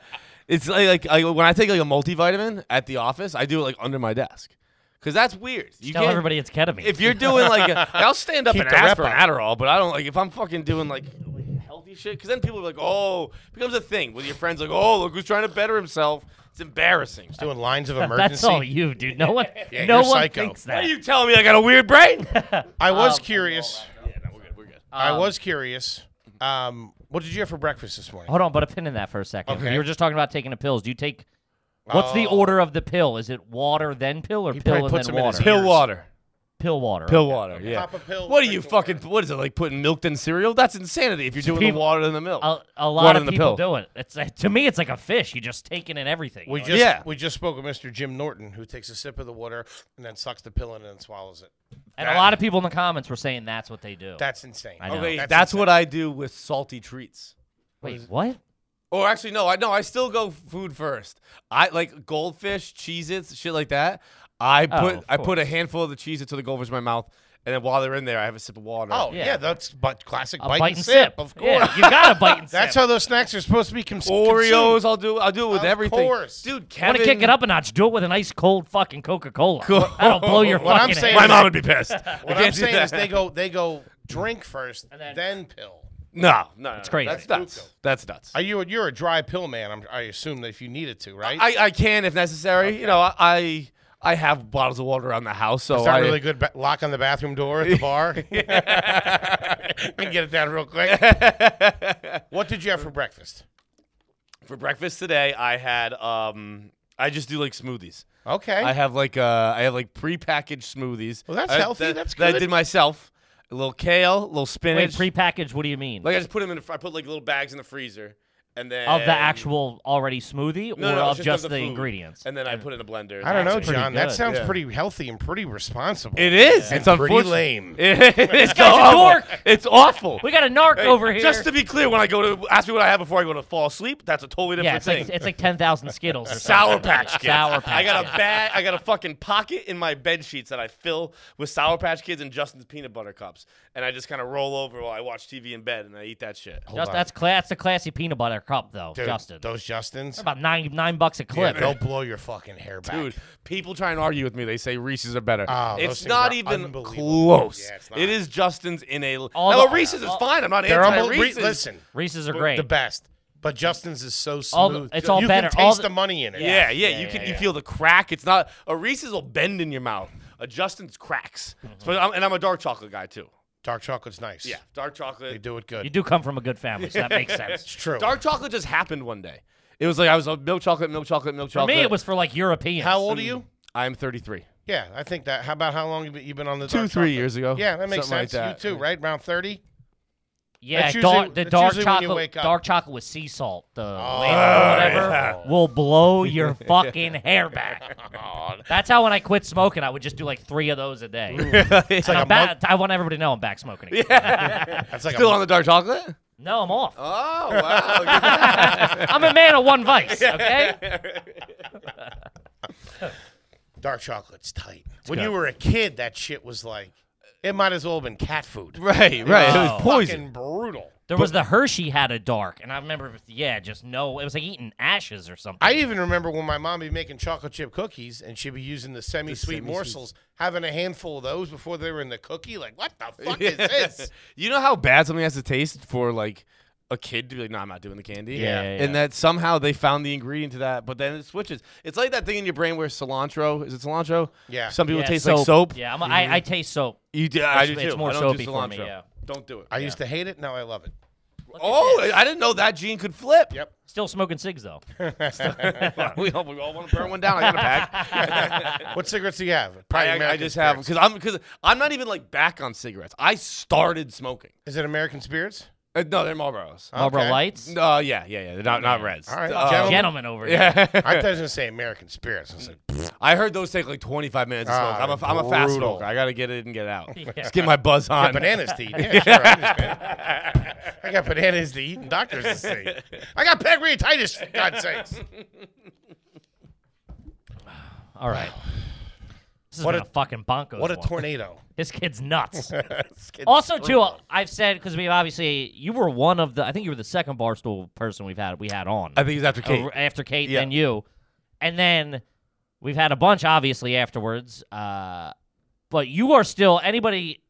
S4: it's like, like I, when I take like a multivitamin at the office, I do it like under my desk because that's weird. You
S2: Tell
S4: can't-
S2: everybody it's ketamine.
S4: if you're doing like i I'll stand up
S1: Keep
S4: and
S1: the
S4: ask
S1: rep
S4: for an
S1: up.
S4: Adderall, but I don't like if I'm fucking doing like. like, Healthy shit, because then people are like, "Oh," it becomes a thing with your friends. Like, "Oh, look who's trying to better himself." It's embarrassing.
S1: Doing lines of
S2: that's all
S1: emergency.
S2: you, dude. No one,
S1: Yeah,
S2: no
S1: you're
S2: one
S1: psycho.
S2: thinks
S4: Why
S2: that.
S4: are you telling me I got a weird brain?
S1: I was curious.
S4: Um, Yeah, no, we're good. We're good.
S1: I was curious. Um, what did you have for breakfast this morning?
S4: Oh,
S2: Hold on, but a pin in that for a second.
S1: Okay. Oh.
S2: You were just talking about taking the pills. Do you take? What's the order of the pill? Is it water then pill or pill
S1: probably
S2: and
S1: puts
S2: then
S1: them in his
S2: water?
S1: ear.
S4: Pill water.
S2: Pill water. okay.
S4: Pill water. Yeah.
S1: Pop a pill,
S4: What are you
S1: drink the
S4: fucking? What is it like putting milk in cereal? That's insanity. If you're doing
S2: people-
S4: the water in the milk.
S2: A, a lot
S4: Water
S2: of
S4: in the
S2: people
S4: pill.
S2: do it. It's uh, to me, it's like a fish. You just taking in everything.
S1: We
S2: You know,
S1: just
S4: Yeah.
S1: we just spoke with Mr. Jim Norton, who takes a sip of the water and then sucks the pill in and swallows it.
S2: and a lot of people in the comments were saying that's what they do.
S1: That's insane.
S2: I know.
S4: okay, that's,
S1: insane.
S4: what I do with salty treats.
S2: Wait, what?
S4: Or actually, no, I no, I still go food first. I like goldfish, Cheez-Its, shit like that. I put
S2: Oh, of
S4: I put a handful of the Cheez-Its to the goldfish in my mouth, and then while they're in there, I have a sip of water.
S1: Oh
S2: Yeah.
S1: yeah, that's but classic
S2: A
S1: bite, and sip, of course.
S2: Yeah, you got to bite and sip.
S1: That's how those snacks are supposed to be cons-
S4: Oreos,
S1: consumed.
S4: I'll do I'll do it with
S1: Of
S4: everything.
S1: course.
S4: Dude, Kevin,
S2: Want to kick it up a notch? Do it with an ice cold fucking Coca Cola. That'll blow your
S1: What I'm
S2: fucking
S1: saying
S2: head.
S4: My mom would be pissed.
S1: What I'm saying is they go they go drink first, then, pill.
S4: no, no, no, it's
S2: crazy.
S4: That's nuts. That's nuts.
S1: Are you you're a dry pill man? I'm, I assume that if you needed to, right?
S4: I, I can if necessary. You know, I, I I have bottles of water around the house, so
S1: Is that
S4: I
S1: really good ba- lock on the bathroom door at the bar? I can get it down real quick. what did you have for breakfast?
S4: For breakfast today, I had um, I just do like smoothies.
S1: Okay.
S4: I have like uh, I have like prepackaged smoothies.
S1: Well, that's
S4: I-
S1: healthy.
S4: that-
S1: That's
S4: That I
S1: good.
S4: did myself. A little kale, a little
S2: Wait,
S4: spinach.
S2: prepackaged. What do you mean?
S4: like I just put them in. The, fr- I put like little bags in the freezer, and then
S2: of the actual already smoothie,
S4: No,
S2: or
S4: no,
S2: of
S4: it's
S2: just,
S4: just, of
S2: the,
S4: food.
S2: ingredients?
S4: and then I put it in a blender. and
S1: I don't know,
S4: that's it.
S2: pretty
S1: John. That
S2: good.
S1: sounds
S4: Yeah.
S1: pretty healthy and pretty responsible.
S4: It is.
S1: And
S4: it's
S1: pretty
S4: unfortunate.
S1: lame.
S4: it's
S2: guy's a
S4: awful.
S2: dork.
S4: It's awful.
S2: we got a narc
S4: Hey,
S2: over here.
S4: Just to be clear, when I go to ask me what I have before I go to fall asleep, that's a totally different
S2: yeah, it's
S4: thing.
S2: like it's like ten thousand Skittles. Or
S4: Sour
S2: something.
S4: Patch Kids.
S2: Sour Patch.
S4: I got a
S2: Kids.
S4: bag. I got a fucking pocket in my bed sheets that I fill with Sour Patch Kids and Justin's peanut butter cups, and I just kind of roll over while I watch TV in bed and I eat that shit.
S1: Hold
S2: Just,
S1: on.
S2: that's class. That's a classy peanut butter cup, though,
S1: Dude,
S2: Justin.
S1: Those Justins.
S2: about nine nine bucks a
S1: Yeah,
S2: clip.
S1: they'll blow your fucking hair back.
S4: Dude, people try and argue with me. They say Reese's are better.
S1: Oh, those
S4: it's
S1: things
S4: not
S1: are
S4: even
S1: unbelievable.
S4: close.
S1: Yeah, it's
S4: It
S1: not.
S4: is Justin's in a.
S2: All
S4: now,
S2: the-
S4: Reese's is
S2: all-
S4: fine. I'm not
S1: They're
S4: anti
S1: unbel- re-
S4: Reese's.
S1: listen,
S2: Reese's are great.
S1: the best. But Justin's is so smooth.
S2: All the- it's all
S1: you
S2: better.
S1: can taste
S2: All
S1: the,
S2: the-
S1: money in it.
S4: Yeah,
S2: Yes.
S4: yeah,
S2: Yeah,
S4: you
S2: yeah,
S4: can you
S2: yeah.
S4: feel the crack. It's not a Reese's will bend in your mouth. A Justin's cracks.
S1: Mm-hmm.
S4: But I'm, and I'm a dark chocolate guy too.
S1: Dark chocolate's nice.
S4: Yeah, dark
S1: They
S4: chocolate.
S1: do it good.
S2: You do come from a good family, so that makes sense.
S1: It's true.
S4: Dark chocolate just happened one day. It was like I was on milk chocolate, milk chocolate, milk
S2: For
S4: chocolate.
S2: me, it was for like Europeans.
S1: how old are you?
S4: I'm 33.
S1: Yeah, I think that. How about how long have you been on the
S4: Two,
S1: dark
S4: three
S1: chocolate?
S4: years ago.
S1: Yeah, that makes
S4: Something
S1: sense.
S4: Like that.
S1: You too, right? Around thirty.
S2: Yeah,
S1: That's usually-
S2: dark, the
S1: that's
S2: dark
S1: usually when you
S2: chocolate,
S1: wake up. Oh,
S2: dark chocolate with sea salt, the label or whatever, will blow your fucking hair back. That's how when I quit smoking, I would just do like three of those a day.
S1: It's like
S2: And
S1: a
S2: I'm
S1: month.
S2: back- I want everybody to know I'm back smoking. Again.
S1: That's like a
S4: Still on the dark chocolate?
S2: No, I'm off.
S4: Oh wow!
S2: I'm a man of one vice. Okay.
S1: dark chocolate's tight. when you were a kid, that shit was like it might as well have been cat food.
S4: right, right. It was poison.
S1: Fucking brutal.
S2: There was the Hershey had a dark, and I remember, yeah, just no. It was like eating ashes or something.
S1: I even remember when my mom be making chocolate chip cookies and she'd be using the semi-sweet morsels, having a handful of those before they were in the cookie. Like, what the fuck is this?
S4: you know how bad something has to taste for like a kid to be like, no, I'm not doing the candy.
S2: Yeah, yeah,
S4: And
S2: yeah.
S4: that somehow they found the ingredient to that, but then it switches. It's like that thing in your brain where cilantro is it cilantro?
S1: Yeah.
S4: Some people
S2: Yeah,
S4: taste like soap.
S2: Yeah, I'm, I, I
S1: Mm-hmm.
S2: taste soap.
S4: You do, I do
S2: It's-
S4: too.
S2: it's more
S4: I don't
S2: soapy
S4: do
S2: for me,
S4: cilantro.
S2: yeah.
S4: Don't do it.
S1: I used to hate it. Now I love it.
S4: oh, I I didn't know that gene could flip.
S1: Yep.
S2: Still smoking cigs though.
S4: we, all, we all want to burn one down. I got a pack.
S1: What cigarettes do you have?
S4: Uh, I,
S1: Probably
S4: I- I
S1: American
S4: just have
S1: Spirits.
S4: because I'm because I'm not even like back on cigarettes. I started smoking.
S1: Is it American Spirits?
S4: Uh, no, they're Marlboros. Uh,
S2: Marlboro
S1: Okay.
S2: Lights.
S4: yeah, yeah, yeah. They're not not reds.
S1: Oh. All right,
S4: Uh,
S1: gentlemen.
S2: Gentlemen over here.
S1: I was gonna say American Spirits. I was like,
S4: I heard those take like 25 minutes to
S1: Ah,
S4: smoke. I'm a, I'm a fast
S1: brutal.
S4: smoker. I gotta get it and get it out.
S2: Yeah.
S4: Just get my buzz on.
S1: got bananas to eat. Yeah, sure, I, understand. I got bananas to eat and doctors to see. I got pancreatitis, for God's sakes.
S2: All right. This is
S1: What
S2: what a,
S1: a-
S2: fucking bonkers.
S1: What a
S2: one.
S1: tornado.
S2: This kid's nuts. also, too, uh, I've said because we obviously you were one of the. I think you were the second barstool person we've had we had on
S4: I think it's after
S2: Uh,
S4: Kate.
S2: r- after Kate,
S4: Yeah.
S2: then you, and then we've had a bunch obviously afterwards. Uh, but you are still anybody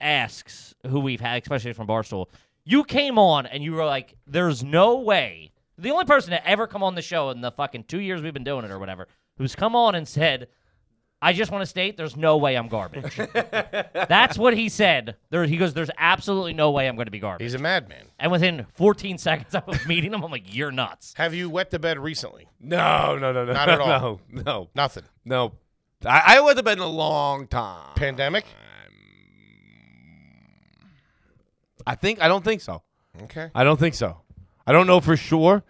S2: asks who we've had, especially from Barstool. You came on and you were like, "There's no way." The only person to ever come on the show in the fucking two years we've been doing it or whatever, who's come on and said, "I just want to state, there's no way I'm garbage." That's what he said. There, he goes, "There's absolutely no way I'm going to be garbage."
S1: He's a madman.
S2: and within 14 seconds of meeting him, I'm like, "You're nuts."
S1: Have you wet the bed recently?
S4: No, no, no, no,
S1: Not at all.
S4: No, no,
S1: Nothing.
S4: no. I, I went to bed in a long time.
S1: Pandemic?
S4: I think I don't think so.
S1: Okay.
S4: I don't think so. I don't know for sure.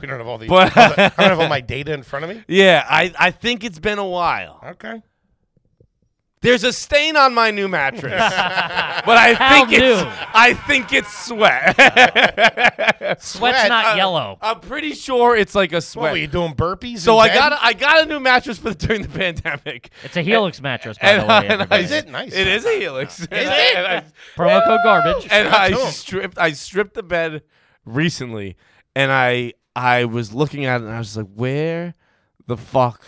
S1: We don't have all the.
S4: But-
S1: all the- I don't have all my data in front of me.
S4: Yeah, I, I think it's been a while.
S1: Okay.
S4: There's a stain on my new mattress, but I
S2: How
S4: think it's
S2: new?
S4: I think it's sweat.
S2: Sweat's
S1: Sweat,
S2: not
S4: I-
S2: yellow.
S4: I'm pretty sure it's like a
S1: What were you
S4: sweat.
S1: doing? Burpees?
S4: So
S1: in
S4: I
S1: bed?
S4: got a, I got a new mattress for during the pandemic.
S2: It's a Helix mattress, by
S4: And,
S2: the way.
S4: I- and I,
S2: everybody.
S1: Is it? Nice.
S4: It is a helix. Is
S1: it?
S4: And I,
S2: Promo code garbage.
S4: and I
S1: to 'em.
S4: stripped I stripped the bed recently, and I I was looking at it and I was just like, where the fuck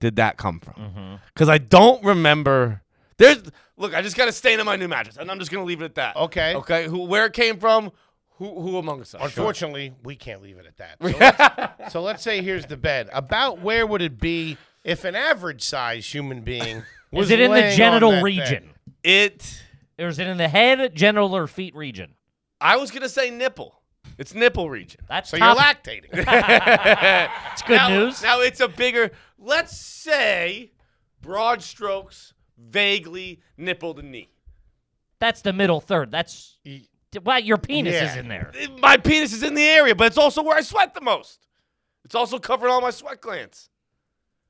S4: did that come
S2: Mm-hmm.
S4: from? Because I don't remember. There's look, I just got a stain on my new mattress, and I'm just gonna leave it at that.
S1: Okay.
S4: Okay. Who where it came from? Who who among us?
S1: Unfortunately, we can't leave it at that. So let's, so let's say here's the bed. About where would it be if an average sized human being was
S2: Is it in
S1: laying
S2: the
S1: on
S2: genital
S1: that bed?
S2: region?
S4: It
S2: Or is it in the head, genital, or feet region?
S4: I was gonna say nipple. It's nipple region.
S2: That's
S1: So
S2: top,
S1: you're lactating.
S2: that's good
S4: now,
S2: news.
S4: Now it's a bigger. Let's say broad strokes, vaguely nipple to knee.
S2: that's the middle third. That's well, your penis
S1: Yeah.
S2: is in there.
S4: My penis is in the area, but it's also where I sweat the most. It's also covering all my sweat glands.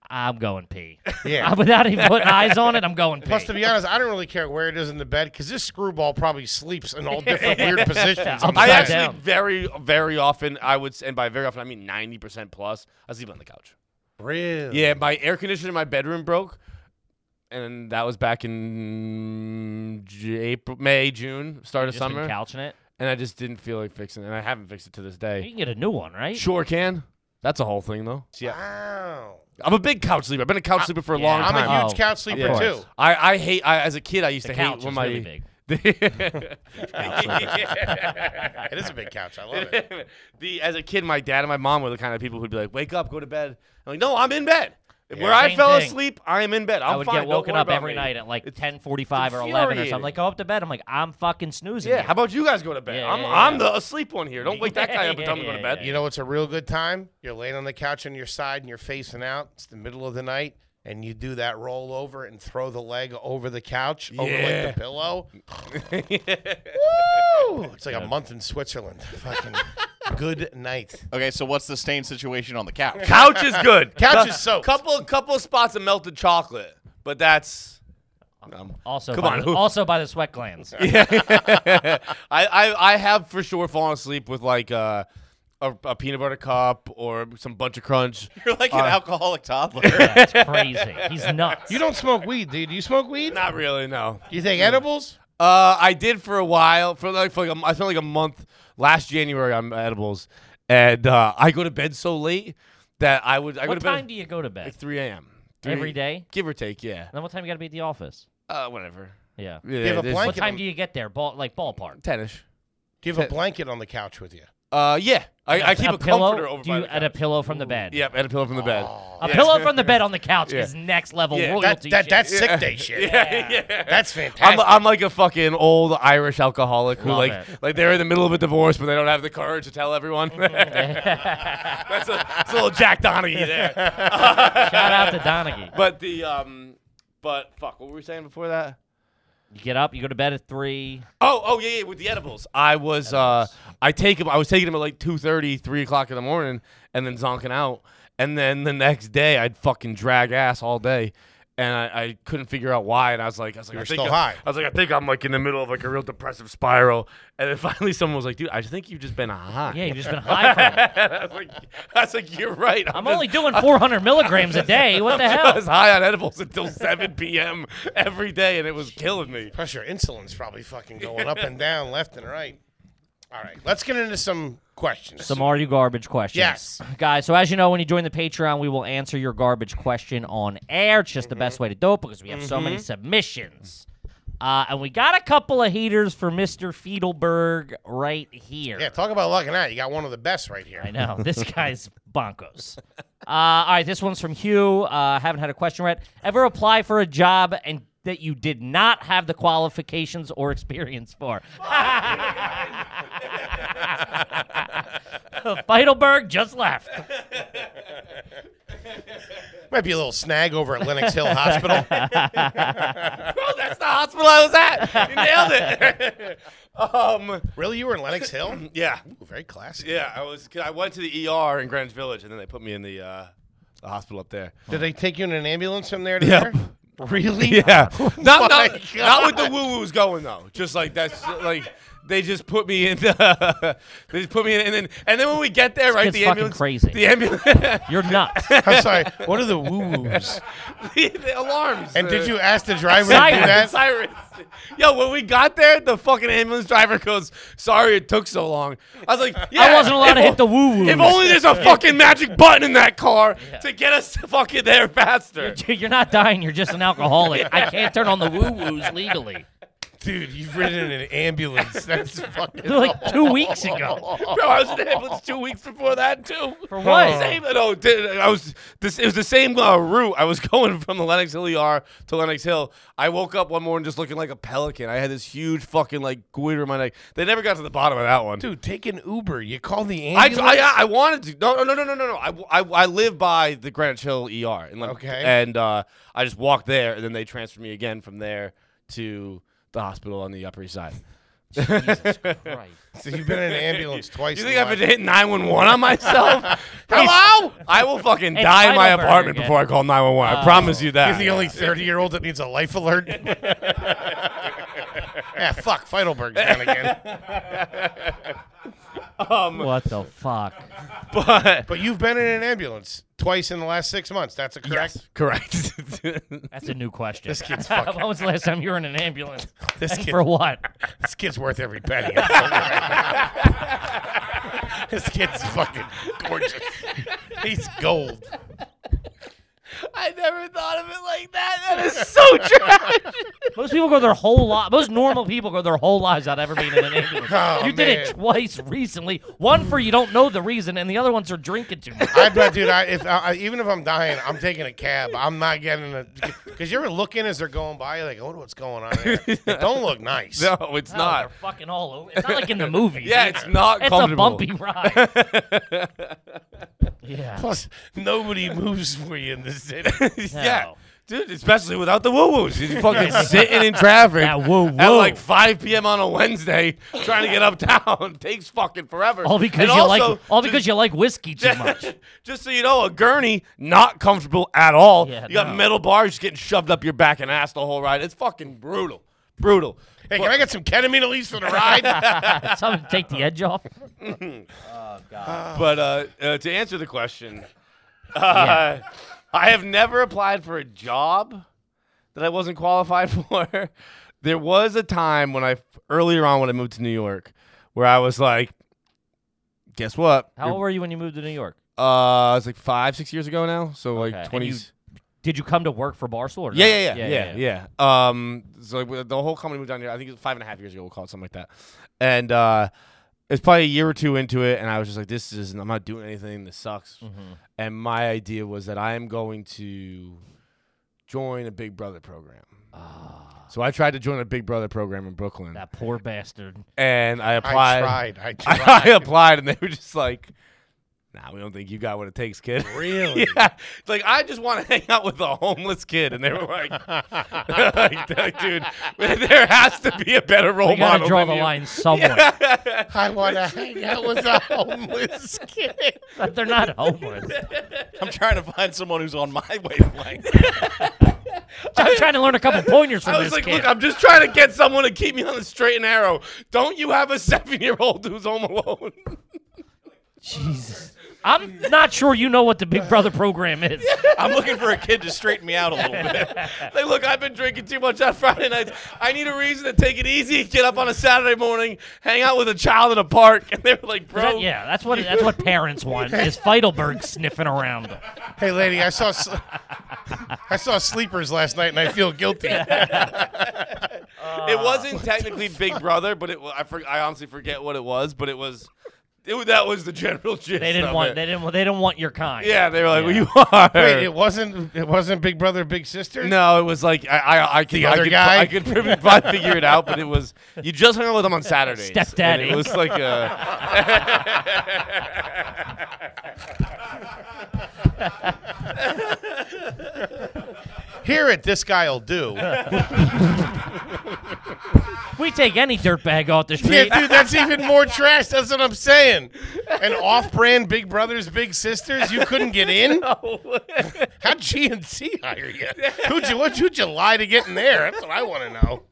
S2: I'm going pee.
S1: yeah.
S2: Without even putting eyes on it, I'm going pee.
S1: Plus, to be honest, I don't really care where it is in the bed because this screwball probably sleeps in all different weird positions. on the
S4: I
S2: Upside
S1: bed.
S4: actually
S2: down.
S4: very, very often I would, s- and by very often I mean ninety percent plus, I sleep on the couch.
S1: really.
S4: Yeah, my air conditioner in my bedroom broke, and that was back in J- April, May, June, start of
S2: Just been
S4: summer,
S2: couching it.
S4: and I just didn't feel like fixing it, and I haven't fixed it to this
S2: You
S4: day.
S2: can get a new one, right?
S4: Sure can. That's a whole thing though. Yeah,
S1: Wow.
S4: I'm a big couch sleeper. I've been a couch sleeper for a long
S2: yeah,
S1: I'm
S4: time.
S1: a
S2: Oh,
S1: huge couch sleeper
S2: course.
S1: too.
S4: I, I hate. I, as a kid, I used
S2: The
S4: to hate
S2: couch
S4: when
S2: is
S4: my.
S2: really big.
S1: It is a big couch. I love it.
S4: the as a kid, my dad and my mom were the kind of people who'd be like, "Wake up, go to bed." I'm like, "No, I'm in bed. If Where I
S2: Same
S4: fell
S2: thing.
S4: asleep, I am in bed. I'm
S2: I would
S4: fine.
S2: get
S4: Don't
S2: woken
S4: worry
S2: up
S4: about
S2: every
S4: me."
S2: night at like 10:45 or 11 or something.
S4: infuriating.
S2: I'm like, go up to bed. I'm like, "Oh, I'm fucking snoozing.
S4: Yeah.
S2: here.
S4: How about you guys go to bed?
S2: Yeah,
S4: I'm
S2: yeah,
S4: I'm
S2: yeah.
S4: the asleep one here. Don't wake that guy up and tell me to go to
S2: Yeah,
S4: bed.
S1: You know, it's a real good time. You're laying on the couch on your side and you're facing out. It's the middle of the night. And you do that roll over and throw the leg over the couch, over like
S4: Yeah.
S1: the pillow. Woo! It's like a month in Switzerland. Fucking good night.
S5: Okay, so what's the stain situation on the couch?
S4: Couch is good.
S1: Couch is soaked.
S4: Couple couple spots of melted chocolate, but that's. um,
S2: Also,
S4: Come
S2: by
S4: on,
S2: the-
S4: who-
S2: also by the sweat glands.
S4: I, I I have for sure fallen asleep with like uh, a, a peanut butter cup or some bunch of crunch.
S5: You're like an
S4: Uh,
S5: alcoholic toddler.
S2: That's crazy. He's nuts.
S1: You don't smoke weed, dude. You smoke weed?
S4: Not really, no.
S1: You take edibles?
S4: Uh, I did for a while. For like, for like a m- I spent like a month last January on edibles, and uh, I go to bed so late that I would I go
S2: what
S4: to bed
S2: time do you go to bed?
S4: like three a.m.
S2: Every
S4: Every day,
S2: day?
S4: give or take, yeah.
S2: Then what time you got to be at the office?
S4: Uh, whatever.
S2: Yeah.
S4: Yeah,
S1: have a
S4: there's-
S2: What
S1: blanket? Like,
S2: time
S1: um,
S2: do you get there? Ball like ballpark.
S4: Tennis.
S1: Give a blanket on the couch with you.
S4: Uh, yeah. I, I keep a,
S2: pillow?
S4: comforter over
S2: do
S4: by
S2: you
S4: the
S2: add a pillow from the bed?
S4: Yep, and a pillow from the bed.
S2: A pillow from the bed on the couch
S4: Yeah.
S2: is next level
S4: Yeah. That-
S1: That,
S2: royalty
S1: that,
S2: shit.
S1: that's sick day shit.
S4: Yeah, yeah.
S1: That's
S4: I'm,
S1: fantastic.
S4: I'm like a fucking old Irish alcoholic who
S2: Love
S4: like
S2: it.
S4: like they're in the middle of a divorce but they don't have the courage to tell everyone. that's, a, that's a little Jack Donaghy there.
S2: Shout out to Donaghy.
S4: But the um, but fuck, what were we saying before that?
S2: You get up, you go to bed at three.
S4: Oh, oh yeah, yeah, with the edibles. I was uh, I take them. I was taking them at like 2:30, 3 o'clock in the morning, and then zonking out. And then the next day, I'd fucking drag ass all day. And I, I couldn't figure out why, and I was like, I was like, I
S1: were
S4: think
S1: still
S4: I-
S1: high.
S4: I was like, I think I'm like in the middle of like a real depressive spiral. And then finally, someone was like, Dude, I think you've just been high.
S2: Yeah, you've just been high from it.
S4: I was like, I was like, You're right.
S2: I'm
S4: just-
S2: only doing 400 milligrams a day. What the
S4: I
S2: hell?
S4: was high on edibles until 7 p.m. every day, and it was killing me.
S1: Plus, your insulin's probably fucking going up and down, left and right. All right, let's get into some questions.
S2: Some are you garbage questions?
S1: Yes.
S2: Guys, so as you know, when you join the Patreon, we will answer your garbage question on air. It's just the best way to do it because we have so many submissions. Uh, and we got a couple of heaters for Mr. Fiedelberg right here.
S1: yeah, talk about lucking out. You got one of the best right here.
S2: I know. This guy's bonkos. Uh, all right, this one's from Hugh. Uh, haven't had a question yet. Ever apply for a job and that you did not have the qualifications or experience for? Feidelberg just left.
S1: Might be a little snag over at Lenox Hill Hospital.
S4: Bro, that's the hospital I was at. You nailed it. um,
S1: really, you were in Lenox Hill?
S4: yeah,
S1: Ooh, very classy.
S4: yeah. I was. 'cause I went to the ER in Greenwich Village, and then they put me in the uh, the hospital up there.
S1: Did they take you in an ambulance from there to
S4: Yep.
S1: there? Really?
S4: Yeah,
S2: Oh
S4: not
S1: my
S4: not, not with the woo woos going though. Just like that's like. They just put me in. The, they just put me in, and then and then when we get there, right?
S2: kid's
S4: The
S2: fucking
S4: ambulance,
S2: crazy.
S4: The ambulance,
S2: You're nuts.
S1: I'm sorry. What are the woo-woos?
S4: the, the alarms.
S1: And
S4: uh,
S1: did you ask the driver to do
S2: Siren.
S1: that?
S4: Cyrus. Yo, when we got there, the fucking ambulance driver goes, "Sorry, it took so long." I was like, yeah,
S2: I wasn't allowed
S4: if
S2: to
S4: o-
S2: hit the woo woo.
S4: If only there's a fucking magic button in that car to get us to fucking there faster."
S2: Dude, you're not dying. You're just an alcoholic. I can't turn on the woo woos legally.
S1: Dude, you've ridden in an ambulance. That's fucking.
S2: like two weeks ago.
S4: Bro, I was in the ambulance two weeks before that too.
S2: For what?
S4: Same. No, di- I was. This it was the same uh, route. I was going from the Lenox Hill ER to Lenox Hill. I woke up one morning just looking like a pelican. I had this huge fucking like goiter in my neck. They never got to the bottom of that one.
S1: Dude, take an Uber. You call the
S4: I,
S1: ambulance.
S4: I, I wanted to. No, no, no, no, no, no. no. I, I, I live by the Greenwich Hill ER. And like,
S1: Okay.
S4: And uh, I just walked there, and then they transferred me again from there to the hospital on the Upper East Side.
S2: Jesus Christ.
S1: so you've been in an ambulance twice.
S4: You
S1: in
S4: think
S1: your
S4: I've been
S1: life.
S4: hitting 911 on myself? Hello? I will fucking die in my
S2: Heidelberg
S4: apartment
S2: again.
S4: before I call 911. I promise you that.
S1: You're the only 30 year old that needs a life alert. yeah, fuck. Feidelberg's down again.
S2: What the fuck?
S4: but
S1: But you've been in an ambulance twice in the last six months. That's a correct.
S4: correct.
S2: That's a new question.
S1: This kid's fucking.
S2: when was the last time you were in an ambulance?
S1: This
S2: And
S1: kid-
S2: for what?
S1: This kid's worth every penny. this kid's fucking gorgeous. He's gold.
S4: I never thought of it like that. That is so trash.
S2: Most people go their whole life. Most normal people go their whole lives without ever being in an ambulance.
S1: Oh,
S2: you did
S1: man.
S2: it twice recently. One for you don't know the reason, and the other ones are drinking too much.
S1: I bet, dude. I, if I, I- even if I'm dying, I'm taking a cab. I'm not getting a because you're looking as they're going by. You're like, oh, what's going on? Here? It don't look nice.
S4: No, it's
S2: No,
S4: not.
S2: They're fucking all over. It's not like in the movies.
S4: Yeah,
S2: either.
S4: it's not
S2: It's a
S4: comfortable.
S2: bumpy ride. yeah.
S1: Plus, nobody moves for you in the city.
S4: Yeah.
S2: No.
S4: Dude, especially without the woo-woos. You're fucking sitting in traffic
S2: That woo-woo.
S4: at like 5 p.m. on a Wednesday trying to get uptown. Takes fucking forever.
S2: All because
S4: And
S2: you like
S4: also,
S2: all
S4: just-
S2: because you like whiskey too much.
S4: Just so you know, a gurney not comfortable at all.
S2: Yeah,
S4: you got
S2: no.
S4: metal bars just getting shoved up your back and ass the whole ride. It's fucking brutal, brutal.
S1: Hey, can I get some ketamine at least for the ride?
S2: Something to take the edge off.
S4: But uh, uh, to answer the question, uh,
S2: Yeah.
S4: I have never applied for a job that I wasn't qualified for. there was a time when I earlier on when I moved to New York where I was like, guess what?
S2: How old were you when you moved to New York?
S4: Uh, it's like five, six years ago now.
S2: Okay.
S4: So like
S2: And
S4: twenty.
S2: you- Did you come to work for Barstool or
S4: Yeah,
S2: not?
S4: yeah, yeah, yeah, yeah, Um, so like, the whole company moved down here. I think it was five and a half years ago. We'll call it something like that. And uh, it's probably a year or two into it, and I was just like, "This is I'm not doing anything. This sucks." And my idea was that I am going to join a Big Brother program. So I tried to join a Big Brother program in Brooklyn,
S2: That poor bastard.
S4: and I
S1: I
S4: applied.
S1: tried. I tried.
S4: I, applied, and they were just like, "Nah, we don't think you got what it takes, kid."
S1: Really?
S4: yeah. It's like I just want to hang out with a homeless kid, and they were like, like, "Dude, there has to be a better role
S2: We gotta
S4: model."
S2: draw
S4: than
S2: the
S4: you."
S2: line somewhere.
S1: I want to hang out with a homeless kid.
S2: But They're not homeless.
S5: I'm trying to find someone who's on my wavelength.
S2: I'm trying to learn a couple pointers from
S4: I was
S2: this
S4: like,
S2: kid.
S4: "Look, I'm just trying to get someone to keep me on the straight and narrow. Don't you have a seven-year-old who's home alone?"
S2: Jesus. I'm not sure you know what the Big Brother program is.
S5: I'm looking for a kid to straighten me out a little bit.
S4: like, look, I've been drinking too much on Friday nights. I need a reason to take it easy, get up on a Saturday morning, hang out with a child in a park. And they were like, "Bro,
S2: That- yeah, that's what that's what parents want is Feidelberg sniffing around. them.
S1: Hey, lady, I saw sl- I saw sleepers last night, and I feel guilty.
S2: Ah.
S4: It wasn't technically Big Brother, but it wa- I, for, I honestly forget what it was, but it was it, wa- that was the general gist.
S2: They
S4: of
S2: didn't want
S4: it.
S2: they didn't they didn't want your kind.
S4: Yeah, they were like, "Well, you are."
S1: Wait, it wasn't it wasn't Big Brother, Big Sister.
S4: no, it was like I I, I could
S1: The
S4: I
S1: other
S4: could,
S1: guy?
S4: I could probably probably figure it out, but it was you just hung out with them on Saturdays. and
S2: Stepdaddy.
S4: It was like a
S1: Hear it, this guy'll do.
S2: We take any dirtbag off the
S1: Yeah,
S2: street.
S1: dude, that's even more trash. That's what I'm saying. An off-brand Big Brothers, Big Sisters, you couldn't get in. How'd GNC hire you? Who'd you what, who'd you lie to get in there? That's what I want to know.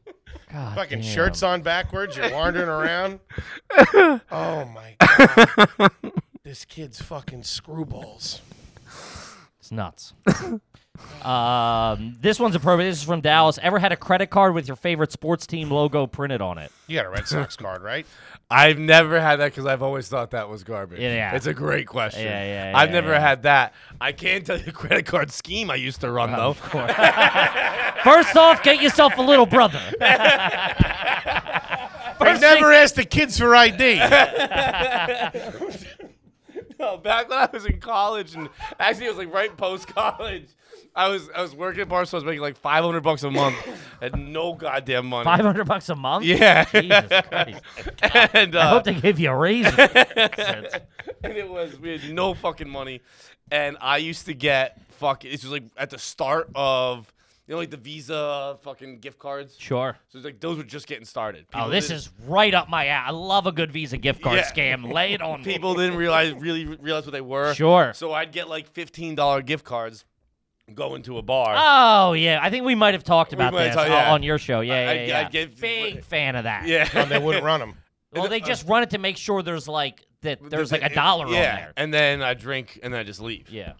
S2: God
S1: Fucking
S2: damn.
S1: shirts on backwards. You're wandering around. Oh my god, this kid's fucking screwballs.
S2: It's nuts. um, this one's appropriate. This is from Dallas. Ever had a credit card with your favorite sports team logo printed on it?
S1: You got a Red Sox card, right?
S4: I've never had that because I've always thought that was garbage.
S2: Yeah, yeah.
S4: it's a great question.
S2: Yeah, yeah,
S4: I've
S2: yeah,
S4: never
S2: yeah.
S4: had that. I can tell you the credit card scheme I used to run though.
S2: First off, get yourself a little brother.
S1: never asked the kids for ID.
S4: No, back when I was in college, and actually it was like right post college. I was I was working at Barstool. I was making like 500 bucks a month, had no goddamn money.
S2: Five hundred bucks a month.
S4: Yeah.
S2: Jesus Christ.
S4: and
S2: I
S4: uh,
S2: hope they give you a raise.
S4: and it was we had no fucking money, and I used to get fucking. This was like at the start of you know like the Visa fucking gift cards.
S2: sure.
S4: So it's like those were just getting started.
S2: Oh,
S4: People
S2: this
S4: didn't-
S2: is right up my alley. I love a good Visa gift card
S4: Yeah.
S2: scam. Lay it on me.
S4: people didn't realize really realize what they were.
S2: Sure.
S4: So I'd get like fifteen dollar gift cards, going to a bar.
S2: Oh yeah, I think we might have talked about
S4: might have
S2: this
S4: talked-
S2: o-
S4: yeah.
S2: on your show. Yeah,
S4: I-
S2: yeah,
S4: I
S2: yeah.
S4: gave-
S2: Big fan of that.
S4: yeah.
S1: No, they wouldn't run them.
S2: Well, they just run it to make sure there's like that. There's like a
S4: It-
S2: dollar
S4: yeah,
S2: on there.
S4: and then I drink, and then I just leave.
S2: Yeah,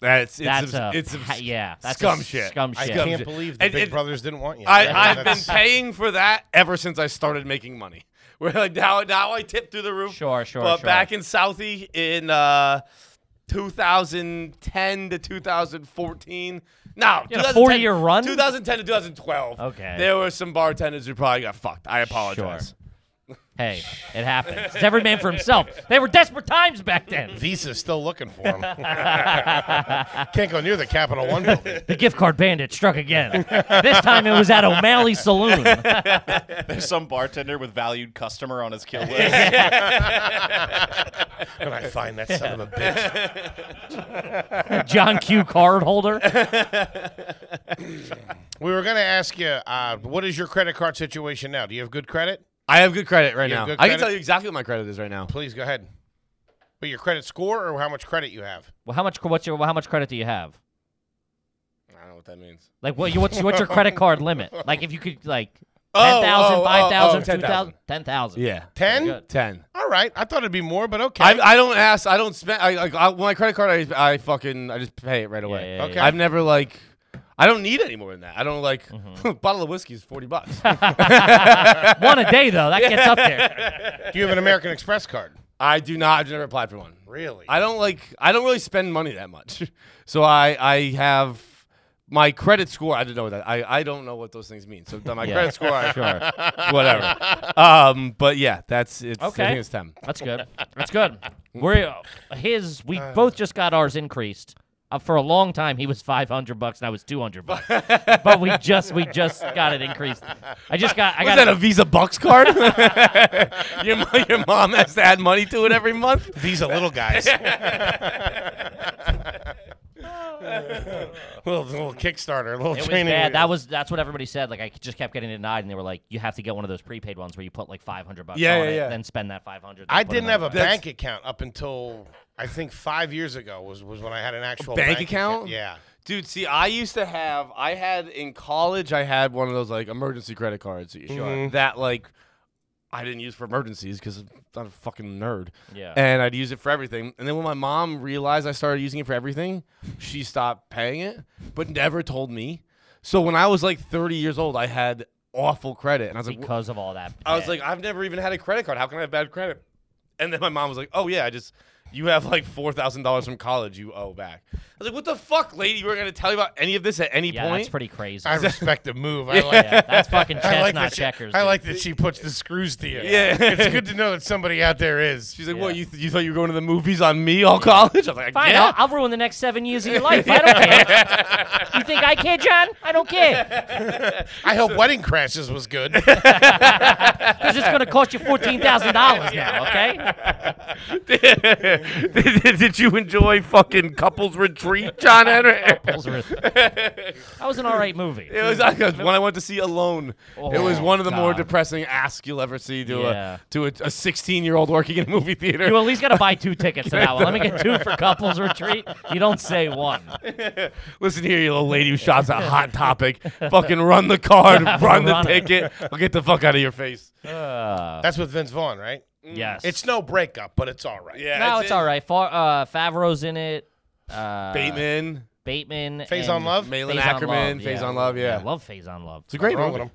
S4: That's it's
S2: that's
S4: obs-
S2: a
S4: it's obs-
S2: ha- yeah, that's
S4: scum
S2: a
S4: shit.
S2: Scum
S1: I
S2: shit.
S4: Scum.
S1: can't believe the
S4: And-
S1: Big
S4: and-
S1: Brothers didn't want you.
S4: I,
S1: That-
S4: I've been
S1: that's-
S4: paying for that ever since I started making money. Where like now, now I tip through the roof.
S2: Sure, sure,
S4: But
S2: sure.
S4: back in Southie in uh, 2010 to 2014, no,
S2: You had a four-year run?
S4: 2010 to 2012.
S2: Okay.
S4: there were some bartenders who probably got fucked. I apologize.
S2: Hey, it happens. It's every man for himself. They were desperate times back then.
S1: Visa's still looking for them. Can't go near the Capital One building.
S2: The gift card bandit struck again. This time it was at O'Malley Saloon.
S5: There's some bartender with valued customer on his kill list.
S1: When I find that son of a bitch.
S2: John Q card holder.
S1: We were going to ask you, uh, what is your credit card situation now? Do you have good credit?
S4: I have good credit right
S1: You have
S4: now.
S1: good
S4: I can
S1: credit?
S4: tell you exactly what my credit is right now.
S1: Please go ahead. But your credit score or how much credit you have?
S2: Well, how much? What's your? How much credit do you have?
S4: I don't know what that means.
S2: Like, what? You, what's what's your credit card limit? Like, if you could like.
S4: Oh,
S2: 10,000,
S4: oh, oh,
S2: 5,000,
S4: oh,
S2: 2,000, 10,000.
S4: Yeah,
S1: 10?
S4: ten.
S1: All right. I thought it'd be more, but okay.
S4: I, I don't ask. I don't spend. I, I, I my credit card. I, I fucking. I just pay it right away.
S2: yeah,
S1: Okay. yeah.
S4: I've never like. I don't need any more than that. I don't like
S2: Mm-hmm.
S4: bottle of whiskey is forty bucks.
S2: One a day, though. That gets up there.
S1: Do you have an American Express card?
S4: I do not. I've never applied for one.
S1: Really?
S4: I don't like. I don't really spend money that much. So I I have my credit score. I don't know that. I I don't know what those things mean. So my
S2: Yeah.
S4: credit score. I-
S2: Sure.
S4: Whatever. Um. But yeah, that's it's. I
S2: Okay.
S4: think it's ten.
S2: That's good. That's good. We're his. We
S4: Uh.
S2: both just got ours increased. Uh, for a long time, he was five hundred bucks, and I was two hundred bucks. but we just we just got it increased. I just got. I
S4: Was
S2: got
S4: that a Visa Bucks card? your, mo- your mom has to add money to it every month.
S1: These are little guys. little, little Kickstarter, little
S2: It was
S1: training.
S2: bad. That
S1: wheels.
S2: was that's what everybody said. Like I just kept getting denied, and they were like, "You have to get one of those prepaid ones where you put like five hundred bucks
S4: Yeah,
S2: on
S4: yeah,
S2: it,
S4: yeah.
S2: then spend that five hundred.
S1: I didn't have a
S4: That's-
S1: bank account up until I think five years ago was, was when I had an actual
S4: bank account?
S1: Yeah.
S4: Dude, see, I used to have. I had in college. I had one of those like emergency credit cards that you show out. that like I didn't use for emergencies because I'm not a fucking nerd.
S2: Yeah.
S4: And I'd use it for everything. And then when my mom realized I started using it for everything, she stopped paying it, but never told me. So when I was like 30 years old, I had awful credit, and I was like,
S2: because of all that.
S4: I was
S2: bad.
S4: like, I've never even had a credit card. How can I have bad credit? And then my mom was like, Oh yeah, I just you have like four thousand dollars from college you owe back. I was like, What the fuck, lady? We're gonna tell you about any of this at any
S2: yeah,
S4: point?
S2: that's pretty crazy.
S1: I respect the move. I like
S2: yeah, that's fucking
S1: I
S2: chestnut
S1: like, that she,
S2: checkers.
S1: I
S2: dude.
S1: like that she puts the screws to you.
S4: Yeah.
S1: it's good to know that somebody out there is.
S4: She's like, What you, th- you thought you were going to the movies on me all college? I was like,
S2: Fine,
S4: yeah.
S2: I'll, I'll ruin the next seven years of your life. I don't care. you think I care, John? I don't care.
S1: I hope Wedding Crashes was good.
S2: Because it's going to cost you $14,000 now, okay?
S4: did, did- did you enjoy fucking couples retreat, John Henry?
S2: Those were- That was an all right movie.
S4: It was like when I went to see Alone. it was
S2: Oh,
S4: one of the more
S2: God.
S4: depressing asks you'll ever see to
S2: Yeah.
S4: a to a sixteen year old working in a movie theater.
S2: You at least got to buy two tickets to that one. Let me get two for couples retreat. You don't say one.
S4: Listen here, you little lady who shots a hot topic. Fucking run the card, run the
S2: Run it.
S4: ticket. I'll get the fuck out of your face.
S1: That's with Vince Vaughn, right?
S2: Uh, Yes.
S1: Mm. It's no breakup, but it's all right.
S4: Yeah,
S2: no, it's all right. Far, uh, Favreau's in it. Uh,
S4: Bateman,
S2: Bateman.
S1: Phase
S2: and
S1: on Love.
S4: Malin
S2: Faison
S4: Ackerman,
S2: Love,
S4: Phase on Love. Yeah,
S2: I love Phase on Love.
S4: it's a great
S1: Wrong
S4: movie.
S1: with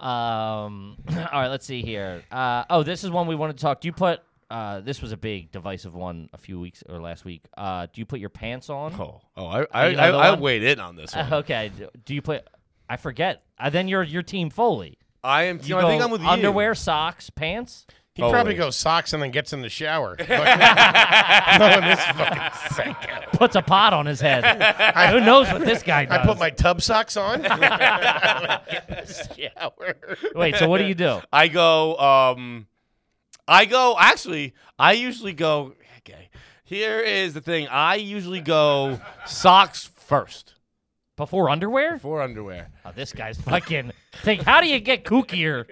S1: him.
S2: Um, all right, let's see here. Uh, oh, this is one we wanted to talk. Do you put? Uh, this was a big divisive one a few weeks or last week. Uh, do you put your pants on?
S4: Oh, oh, I I,
S2: You know
S4: I,
S2: the
S4: I
S2: one?
S4: Oh. weighed in on this one.
S2: okay. d- Do you put? I forget. Uh, then you're your team Foley.
S4: I am.
S2: You
S4: Tim, I think
S2: go
S4: I'm with you.
S2: underwear, socks, pants.
S1: He probably
S4: Totally.
S1: goes socks and then gets in the shower. Knowing this fucking psycho.
S2: Puts a pot on his head. Who knows what this guy does?
S1: I put my tub socks on. Get in the shower.
S2: Wait, so what do you do?
S4: I go. Um, I go. Actually, I usually go. Okay. Here is the thing. I usually go socks first
S2: Before underwear?
S4: for underwear.
S2: Oh, this guy's fucking. Think, how do you get kookier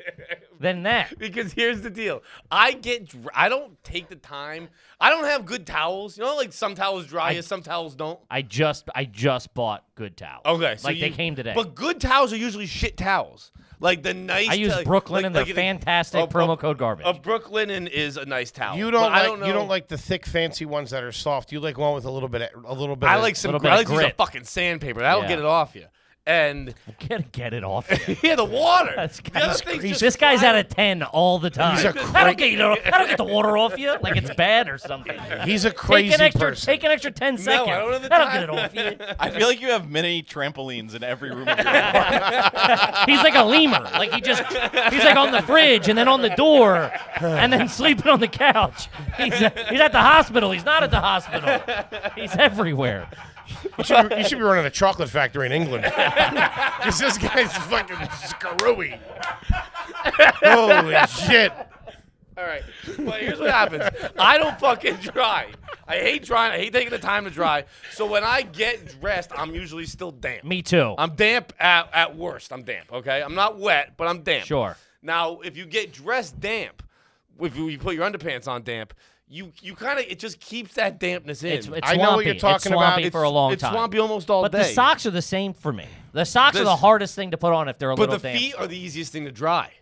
S2: than that?
S4: Because here's the deal. I get. dr- I don't take the time. I don't have good towels. You know, like some towels dry, you, some towels don't.
S2: I just, I just bought good towels.
S4: Okay, so
S2: like they
S4: you-
S2: came today.
S4: But good towels are usually shit towels. Like the nice.
S2: I use
S4: like-
S2: Brooklyn
S4: like-
S2: and their
S4: like-
S2: fantastic
S4: a- a-
S2: promo code garbage.
S4: A Brooklinen is a nice towel.
S1: You don't
S4: but
S1: like
S4: I don't know.
S1: you don't like the thick fancy ones that are soft. You like one with a little bit of, a little bit.
S4: I
S1: of-
S4: like some.
S2: little bit
S4: I
S2: of
S4: like to use a
S2: grit.
S4: fucking sandpaper. That'll
S2: Yeah.
S4: get it off you. And
S2: get, get it off. you.
S4: yeah, the water.
S2: That's
S4: The other
S2: guy's
S4: thing's
S2: crazy.
S4: just
S2: This guy's
S4: fly-
S2: out of ten all the time.
S1: He's a
S2: That'll get, you that'll get the water off you, like it's bad or something.
S1: He's a
S2: Take
S1: crazy
S2: an extra,
S1: person.
S2: take an extra ten seconds.
S4: I don't have the
S2: that'll
S4: time.
S2: get it off
S5: I feel like you have many trampolines in every room of your apartment.
S2: you. He's like a lemur. Like he just, he's like on the fridge and then on the door, and then sleeping on the couch. He's, he's at the hospital. He's not at the hospital. He's everywhere.
S1: you, should be, you should be running a chocolate factory in England. Because this guy's fucking screwy. Holy shit.
S4: All right, but here's what happens. I don't fucking dry. I hate drying. I hate taking the time to dry. So when I get dressed, I'm usually still damp.
S2: Me too.
S4: I'm damp at, at worst. I'm damp. Okay, I'm not wet, but I'm damp.
S2: Sure.
S4: Now, if you get dressed damp, if you, you put your underpants on damp, you you kind of it just keeps that dampness in.
S2: it's, it's
S1: I
S2: swampy.
S1: know what you're
S2: it's
S1: talking about.
S2: swampy for a long
S4: it's
S2: time.
S4: swampy almost all
S2: But
S4: day.
S2: the socks are the same for me. The socks are
S4: This-
S2: the hardest thing to put on if they're a
S4: But
S2: little
S4: the
S2: damp.
S4: feet are the easiest thing to dry.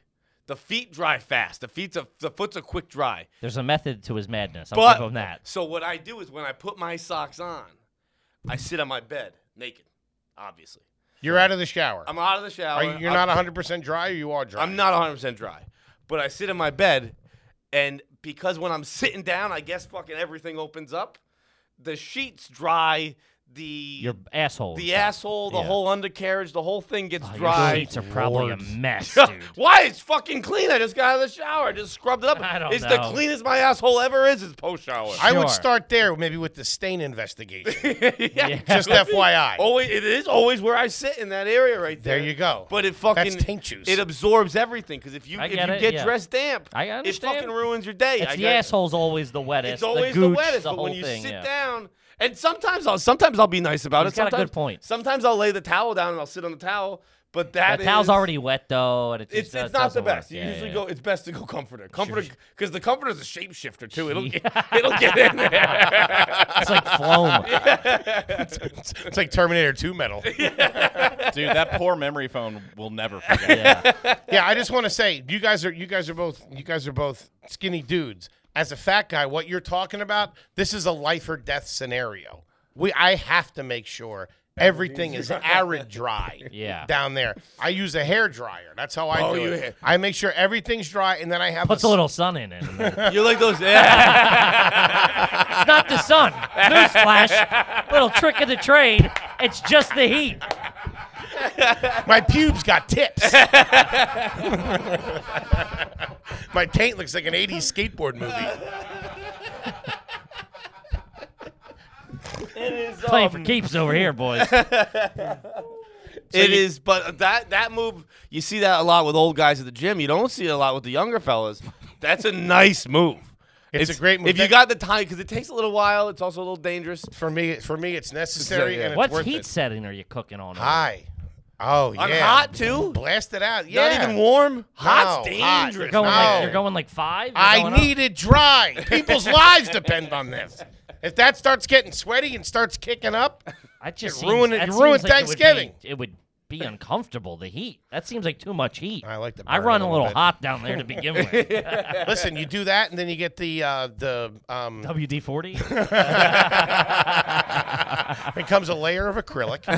S4: The feet dry fast. The feet's a the foot's a quick dry.
S2: There's a method to his madness. I'll
S4: But
S2: give him that.
S4: so what I do is when I put my socks on, I sit on my bed naked, obviously.
S1: You're out of the shower.
S4: I'm out of the shower.
S1: Are you, you're
S4: I'm,
S1: not 100% dry or you are dry?
S4: I'm not 100% dry, but I sit in my bed, and because when I'm sitting down, I guess fucking everything opens up. The sheets dry. The
S2: Your asshole.
S4: the
S2: is out.
S4: asshole, the
S2: Yeah.
S4: whole undercarriage, the whole thing gets
S2: Oh,
S4: dry.
S2: Your sheets are probably a mess, dude.
S4: Why? It's fucking clean. I just got out of the shower. I just scrubbed it up.
S2: I don't
S4: it's
S2: know.
S4: the cleanest my asshole ever is. Is post shower.
S1: I would
S2: Sure.
S1: start there maybe with the stain investigation.
S4: yeah.
S1: Just FYI.
S4: Always, it is always where I sit in that area right there.
S1: There you go.
S4: But it fucking
S1: taint juice.
S4: It absorbs everything because if you
S2: I
S4: if
S2: get
S4: you
S2: it,
S4: get
S2: yeah.
S4: dressed damp,
S2: I
S4: it
S2: understand.
S4: fucking ruins your day.
S2: It's
S4: I
S2: the
S4: get it.
S2: asshole's always the wettest.
S4: It's always
S2: the,
S4: the,
S2: gooch,
S4: wettest.
S2: The
S4: but
S2: whole
S4: when you
S2: thing,
S4: sit
S2: yeah.
S4: down, and sometimes I'll sometimes I'll be nice about
S2: He's
S4: it.
S2: got a good
S4: sometimes,
S2: point.
S4: Sometimes I'll lay the towel down and I'll sit on the towel. But that
S2: the towel's
S4: is-
S2: already wet though, and it just
S4: It's,
S2: does-
S4: it's not the
S2: doesn't work.
S4: best. You
S2: Yeah,
S4: usually
S2: yeah,
S4: go.
S2: yeah.
S4: It's best to go comforter. Comforter because the comforter's a shapeshifter too. It'll get, it'll get in there.
S2: It's like flown.
S1: it's, it's like Terminator 2 metal.
S5: Dude, that poor memory phone will never forget.
S2: yeah.
S1: yeah, I just want to say you guys are you guys are both you guys are both skinny dudes. As a fat guy, what you're talking about, this is a life or death scenario. We I have to make sure everything is arid dry.
S2: Yeah.
S1: Down there. I use a hair dryer. That's how I
S4: Oh,
S1: do
S4: you
S1: it.
S4: ha-
S1: I make sure everything's dry and then I have
S2: Puts
S1: a
S2: a
S1: s-
S2: little sun in it. it's
S4: You're like those. Yeah.
S2: not the sun. Newsflash. Little trick of the trade. It's just the heat.
S1: My pubes got tips. My taint looks like an 80s skateboard movie.
S2: Playing
S4: Um,
S2: for keeps over here, boys.
S4: it is, but that that move you see that a lot with old guys at the gym. You don't see it a lot with the younger fellas. That's a nice move.
S1: It's a great move.
S4: If you
S1: That-
S4: got the time, because it takes a little while. It's also a little dangerous.
S1: For me, for me it's necessary
S4: yeah.
S1: and it's
S2: What's
S1: worth
S2: heat
S1: it.
S2: setting are you cooking on? over
S1: Hi. Oh yeah.
S4: I'm hot too.
S1: Blast it out. Yeah.
S4: Not even warm. Hot's
S1: No, hot.
S4: dangerous.
S2: You're going
S1: No.
S2: like you're going like five. You're
S1: I
S2: going up?
S1: need it dry. People's lives depend on this. If that starts getting sweaty and starts kicking up,
S2: I just
S1: You're ruining-
S2: seems, that
S1: you ruined
S2: seems like it would be-
S1: Thanksgiving.
S2: It would, be, uncomfortable. The heat. That seems like too much heat.
S1: I like to
S2: I
S1: burn
S2: run
S1: a
S2: a
S1: little
S2: little
S1: bit.
S2: hot down there to begin with.
S1: listen, you do that and then you get the uh, the um
S2: WD forty.
S1: becomes a layer of acrylic.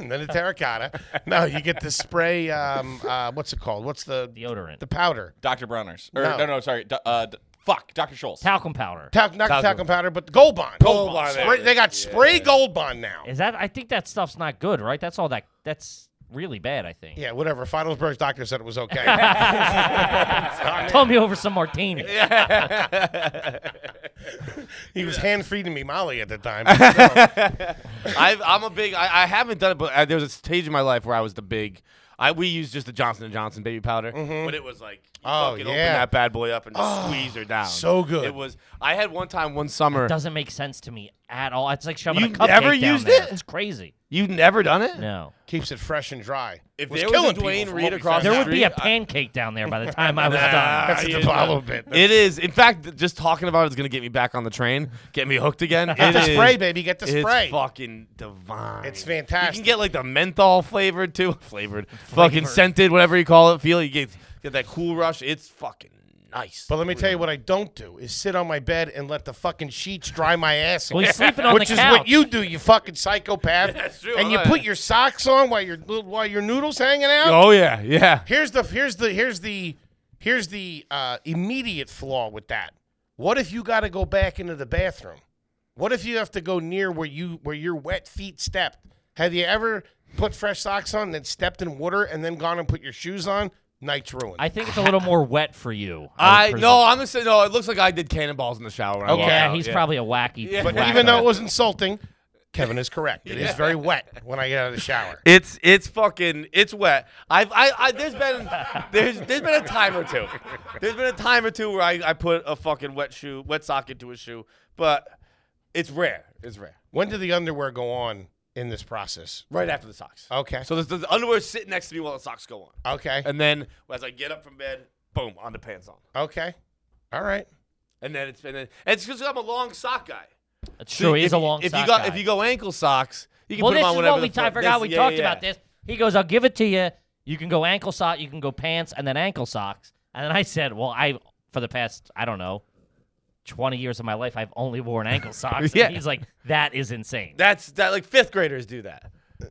S1: and then the terracotta. No, you get the spray um uh, what's it called? What's the
S2: Deodorant.
S1: the powder?
S5: Dr. Bronner's. Or,
S1: No.
S5: no. no, sorry. D- uh, d- fuck, Dr. Schultz.
S2: Talcum powder.
S1: Talc, not
S4: Talcum.
S1: talcum powder, but gold bond.
S5: Oh,
S4: Gold Bond,
S1: Spray-
S4: there it is.
S1: they got spray gold bond now.
S2: Is that? I think that stuff's not good, right? That's all that. That's really bad, I think.
S1: Yeah, whatever. Feidelberg's doctor said it was okay.
S2: Told me over some martini.
S1: he was hand feeding me Molly at the time. but still.
S4: I've, I'm a big. I, I haven't done it, but uh, there was a stage in my life where I was the big. I we used just the Johnson and Johnson baby powder, but it was like you
S1: Mm-hmm. Oh,
S4: fucking open
S1: yeah. Ah,
S4: that bad boy up and just squeeze her down.
S1: so good.
S4: It was. I had one time one summer.
S2: Doesn't make sense to me at all. It's like shoving a
S4: You've
S2: cupcake
S4: never
S2: down
S4: used
S2: there.
S4: it?
S2: It's crazy.
S4: You've never done it.
S2: No.
S1: Keeps it fresh and dry.
S4: If
S1: was
S4: there was a
S1: killing people
S4: Dwayne
S1: from
S4: Reed
S1: what we
S4: across
S1: found
S2: There
S1: out.
S2: would be a
S4: Street, I-
S2: pancake down there by the time I was done.
S1: That's a
S4: Yeah.
S1: Diablo bit.
S4: It is. In fact, just talking about it is going to get me back on the train, get me hooked again. It
S1: Get the
S4: is-
S1: spray, baby. Get the spray.
S4: It's fucking divine.
S1: It's fantastic.
S4: You can get like the menthol flavored too, flavored, fucking scented, whatever you call it. Feel you get get that cool rush. It's fucking nice.
S1: But let me tell you what I don't do is sit on my bed and let the fucking sheets dry my ass.
S2: Well, he's sleeping on the
S1: Which is
S2: couch.
S1: what you do, you fucking psychopath.
S4: that's true,
S1: And you
S4: huh?
S1: put your socks on while your little- while your noodles hanging out.
S4: Oh yeah, yeah.
S1: Here's the here's the here's the here's the uh, immediate flaw with that. What if you got to go back into the bathroom? What if you have to go near where you where your wet feet stepped? Have you ever put fresh socks on, then stepped in water, and then gone and put your shoes on? Night's ruined.
S2: I think it's a little more wet for you.
S4: I
S2: would presume.
S4: no, I'm gonna say no. It looks like I did cannonballs in the shower. When I
S1: Okay.
S4: walked
S2: Yeah,
S4: out,
S2: he's
S4: yeah.
S2: probably a wacky.
S4: Yeah.
S1: but
S2: wacko.
S1: even though it was insulting, Kevin is correct. It is very wet when I get out of the shower.
S4: It's it's fucking it's wet. I've I, I there's been there's there's been a time or two. There's been a time or two where I, I put a fucking wet shoe wet sock into a shoe, but it's rare. It's rare.
S1: When did the underwear go on in this process?
S4: Right after the socks.
S1: Okay.
S4: So the, the underwear sitting next to me while the socks go on.
S1: Okay.
S4: And then as I get up from bed, boom, on the pants on.
S1: Okay. All right.
S4: And then it's and then and it's because I'm a long sock guy.
S2: It's true.
S4: if,
S2: He's a long
S4: If
S2: sock
S4: you got
S2: guy.
S4: if you go ankle socks, you can
S2: well,
S4: put
S2: this
S4: them on
S2: is
S4: whatever
S2: what we.
S4: the
S2: I
S4: fuck-
S2: forgot
S4: this-
S2: we
S4: yeah,
S2: talked
S4: yeah,
S2: about
S4: yeah.
S2: this. He goes, "I'll give it to you. You can go ankle sock. You can go pants, and then ankle socks." And then I said, "Well, I for the past I don't know, twenty years of my life, I've only worn ankle socks."
S4: Yeah.
S2: And he's like, "That is insane."
S4: That's that like fifth graders do that.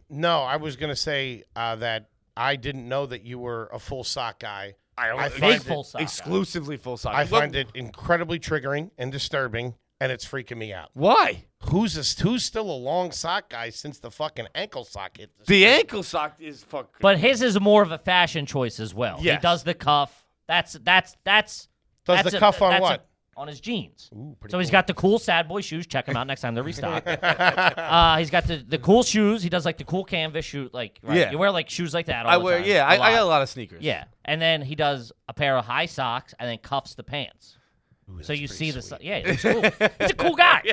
S1: No, I was gonna say uh, that I didn't know that you were a full sock guy. I,
S2: Big
S1: find
S2: full
S1: it,
S2: sock.
S4: Exclusively full sock.
S1: I
S4: Look,
S1: find it incredibly triggering and disturbing, and it's freaking me out.
S4: Why?
S1: Who's a, who's still a long sock guy since the fucking ankle sock hit?
S4: The ankle sock is fuck.
S2: But his is more of a fashion choice as well. He
S4: Yes.
S2: does the cuff. That's that's that's.
S1: Does
S2: that's
S1: the
S2: a-
S1: cuff on
S2: that's a-
S1: what?
S2: on his jeans. so he's got the cool sad boy shoes. Check them out next time they're restocked. uh, he's got the, the cool shoes. He does like the cool canvas shoe. Like right?
S4: Yeah.
S2: you wear like shoes like that. All
S4: I
S2: the
S4: wear
S2: time,
S4: yeah. I,
S2: a lot.
S4: I got a lot of sneakers.
S2: yeah, and then he does a pair of high socks and then cuffs the pants. so you see the so- yeah. He's cool. he's a cool guy.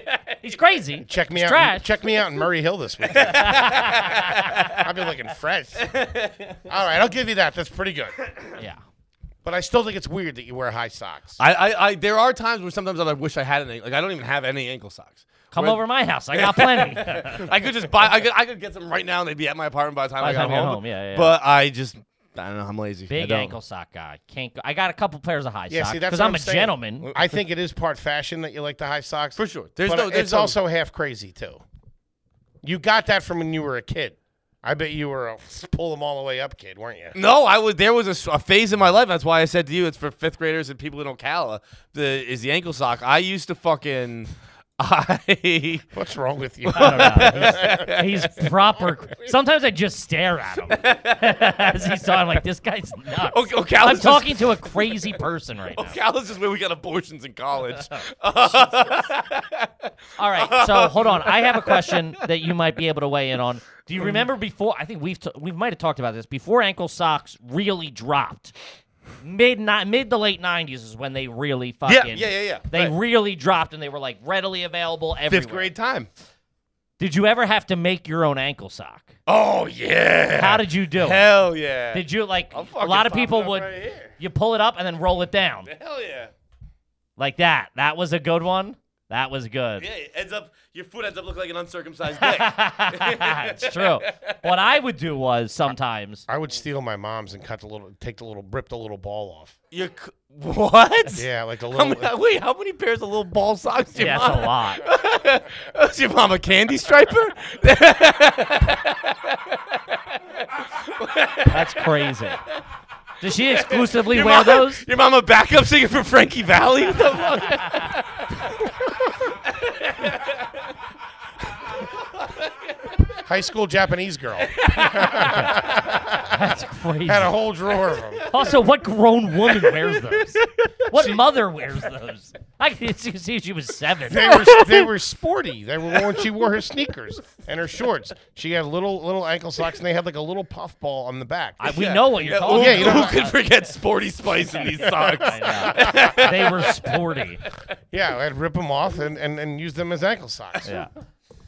S2: He's crazy.
S1: Check me
S2: he's
S1: out.
S2: Trash.
S1: Check me out in Murray Hill this week. I'll be looking fresh. All right, I'll give you that. That's pretty good.
S2: Yeah.
S1: But I still think it's weird that you wear high socks.
S4: I, I, I there are times where sometimes I like, wish I had an ankle. Like I don't even have any ankle socks.
S2: Come
S4: Where-
S2: over to my house. I got plenty.
S4: I could just buy. I could I could get them right now and they'd be at my apartment by the time
S2: By
S4: I
S2: the
S4: got
S2: time you get
S4: home.
S2: home, yeah, yeah,
S4: But I just I don't know. I'm lazy. I
S2: Big
S4: don't.
S2: ankle sock guy. Can't. Go, I got a couple pairs of high
S1: yeah,
S2: socks
S1: see, that's
S2: because
S1: what
S2: I'm, a
S1: saying.
S2: gentleman.
S1: I think it is part fashion that you like the high socks
S4: for sure. There's
S1: but
S4: no. There's
S1: it's
S4: no-
S1: also half crazy too. You got that from when you were a kid. I bet you were a pull them all the way up kid, weren't you?
S4: No, I was. There was a s- a, phase in my life. That's why I said to you, it's for fifth graders and people in Ocala. The is the ankle sock. I used to fucking. I
S1: What's wrong with you?
S2: Uh, He's proper. Sometimes I just stare at him as he's talking. I'm like, this guy's nuts.
S4: okay. okay
S2: I'm talking to a crazy person right now.
S4: Ocala's is where we got abortions in college.
S2: All right, so hold on. I have a question that you might be able to weigh in on. Do you remember before? I think we've t- we might have talked about this before. Ankle socks really dropped. Mid ni- mid to late '90s is when they really fucking
S4: yeah, yeah, yeah.
S2: They
S4: Right.
S2: really dropped and they were like readily available everywhere.
S4: Fifth grade time.
S2: Did you ever have to make your own ankle sock?
S4: Oh yeah.
S2: How did you do it?
S4: Hell yeah.
S2: Did you like a
S4: fucking
S2: lot of
S4: popping
S2: people
S4: up
S2: would?
S4: right here.
S2: you pull it up and then roll it down
S4: Hell yeah.
S2: like that. That was a good one. That was good.
S4: Yeah, it ends up your foot ends up looking like an uncircumcised dick.
S2: it's true. What I would do was sometimes
S1: I would steal my mom's and cut the little, take the little, rip the little ball off.
S4: you c- what?
S1: Yeah, like the
S4: How
S1: little.
S4: many, wait, how many pairs of little ball socks? did Your
S2: Yeah,
S4: mom?
S2: it's a lot.
S4: Was your mom a candy striper?
S2: That's crazy. Does she exclusively
S4: Your
S2: wear
S4: mom,
S2: those?
S4: Your mom a backup singer for Frankie Valley? What the fuck?
S1: high school Japanese girl.
S2: That's crazy.
S1: Had a whole drawer of them.
S2: Also, what grown woman wears those? What mother wears those? I could see see she was seven.
S1: They were they were sporty. They were when she wore her sneakers and her shorts. She had little little ankle socks and they had like a little puff ball on the back.
S2: I- we know what you're
S4: who,
S2: talking
S1: yeah, you know-
S2: about.
S4: who could forget Sporty Spice in these socks?
S2: I know. they were sporty.
S1: yeah, I'd rip them off and, and, and use them as ankle socks.
S2: Yeah.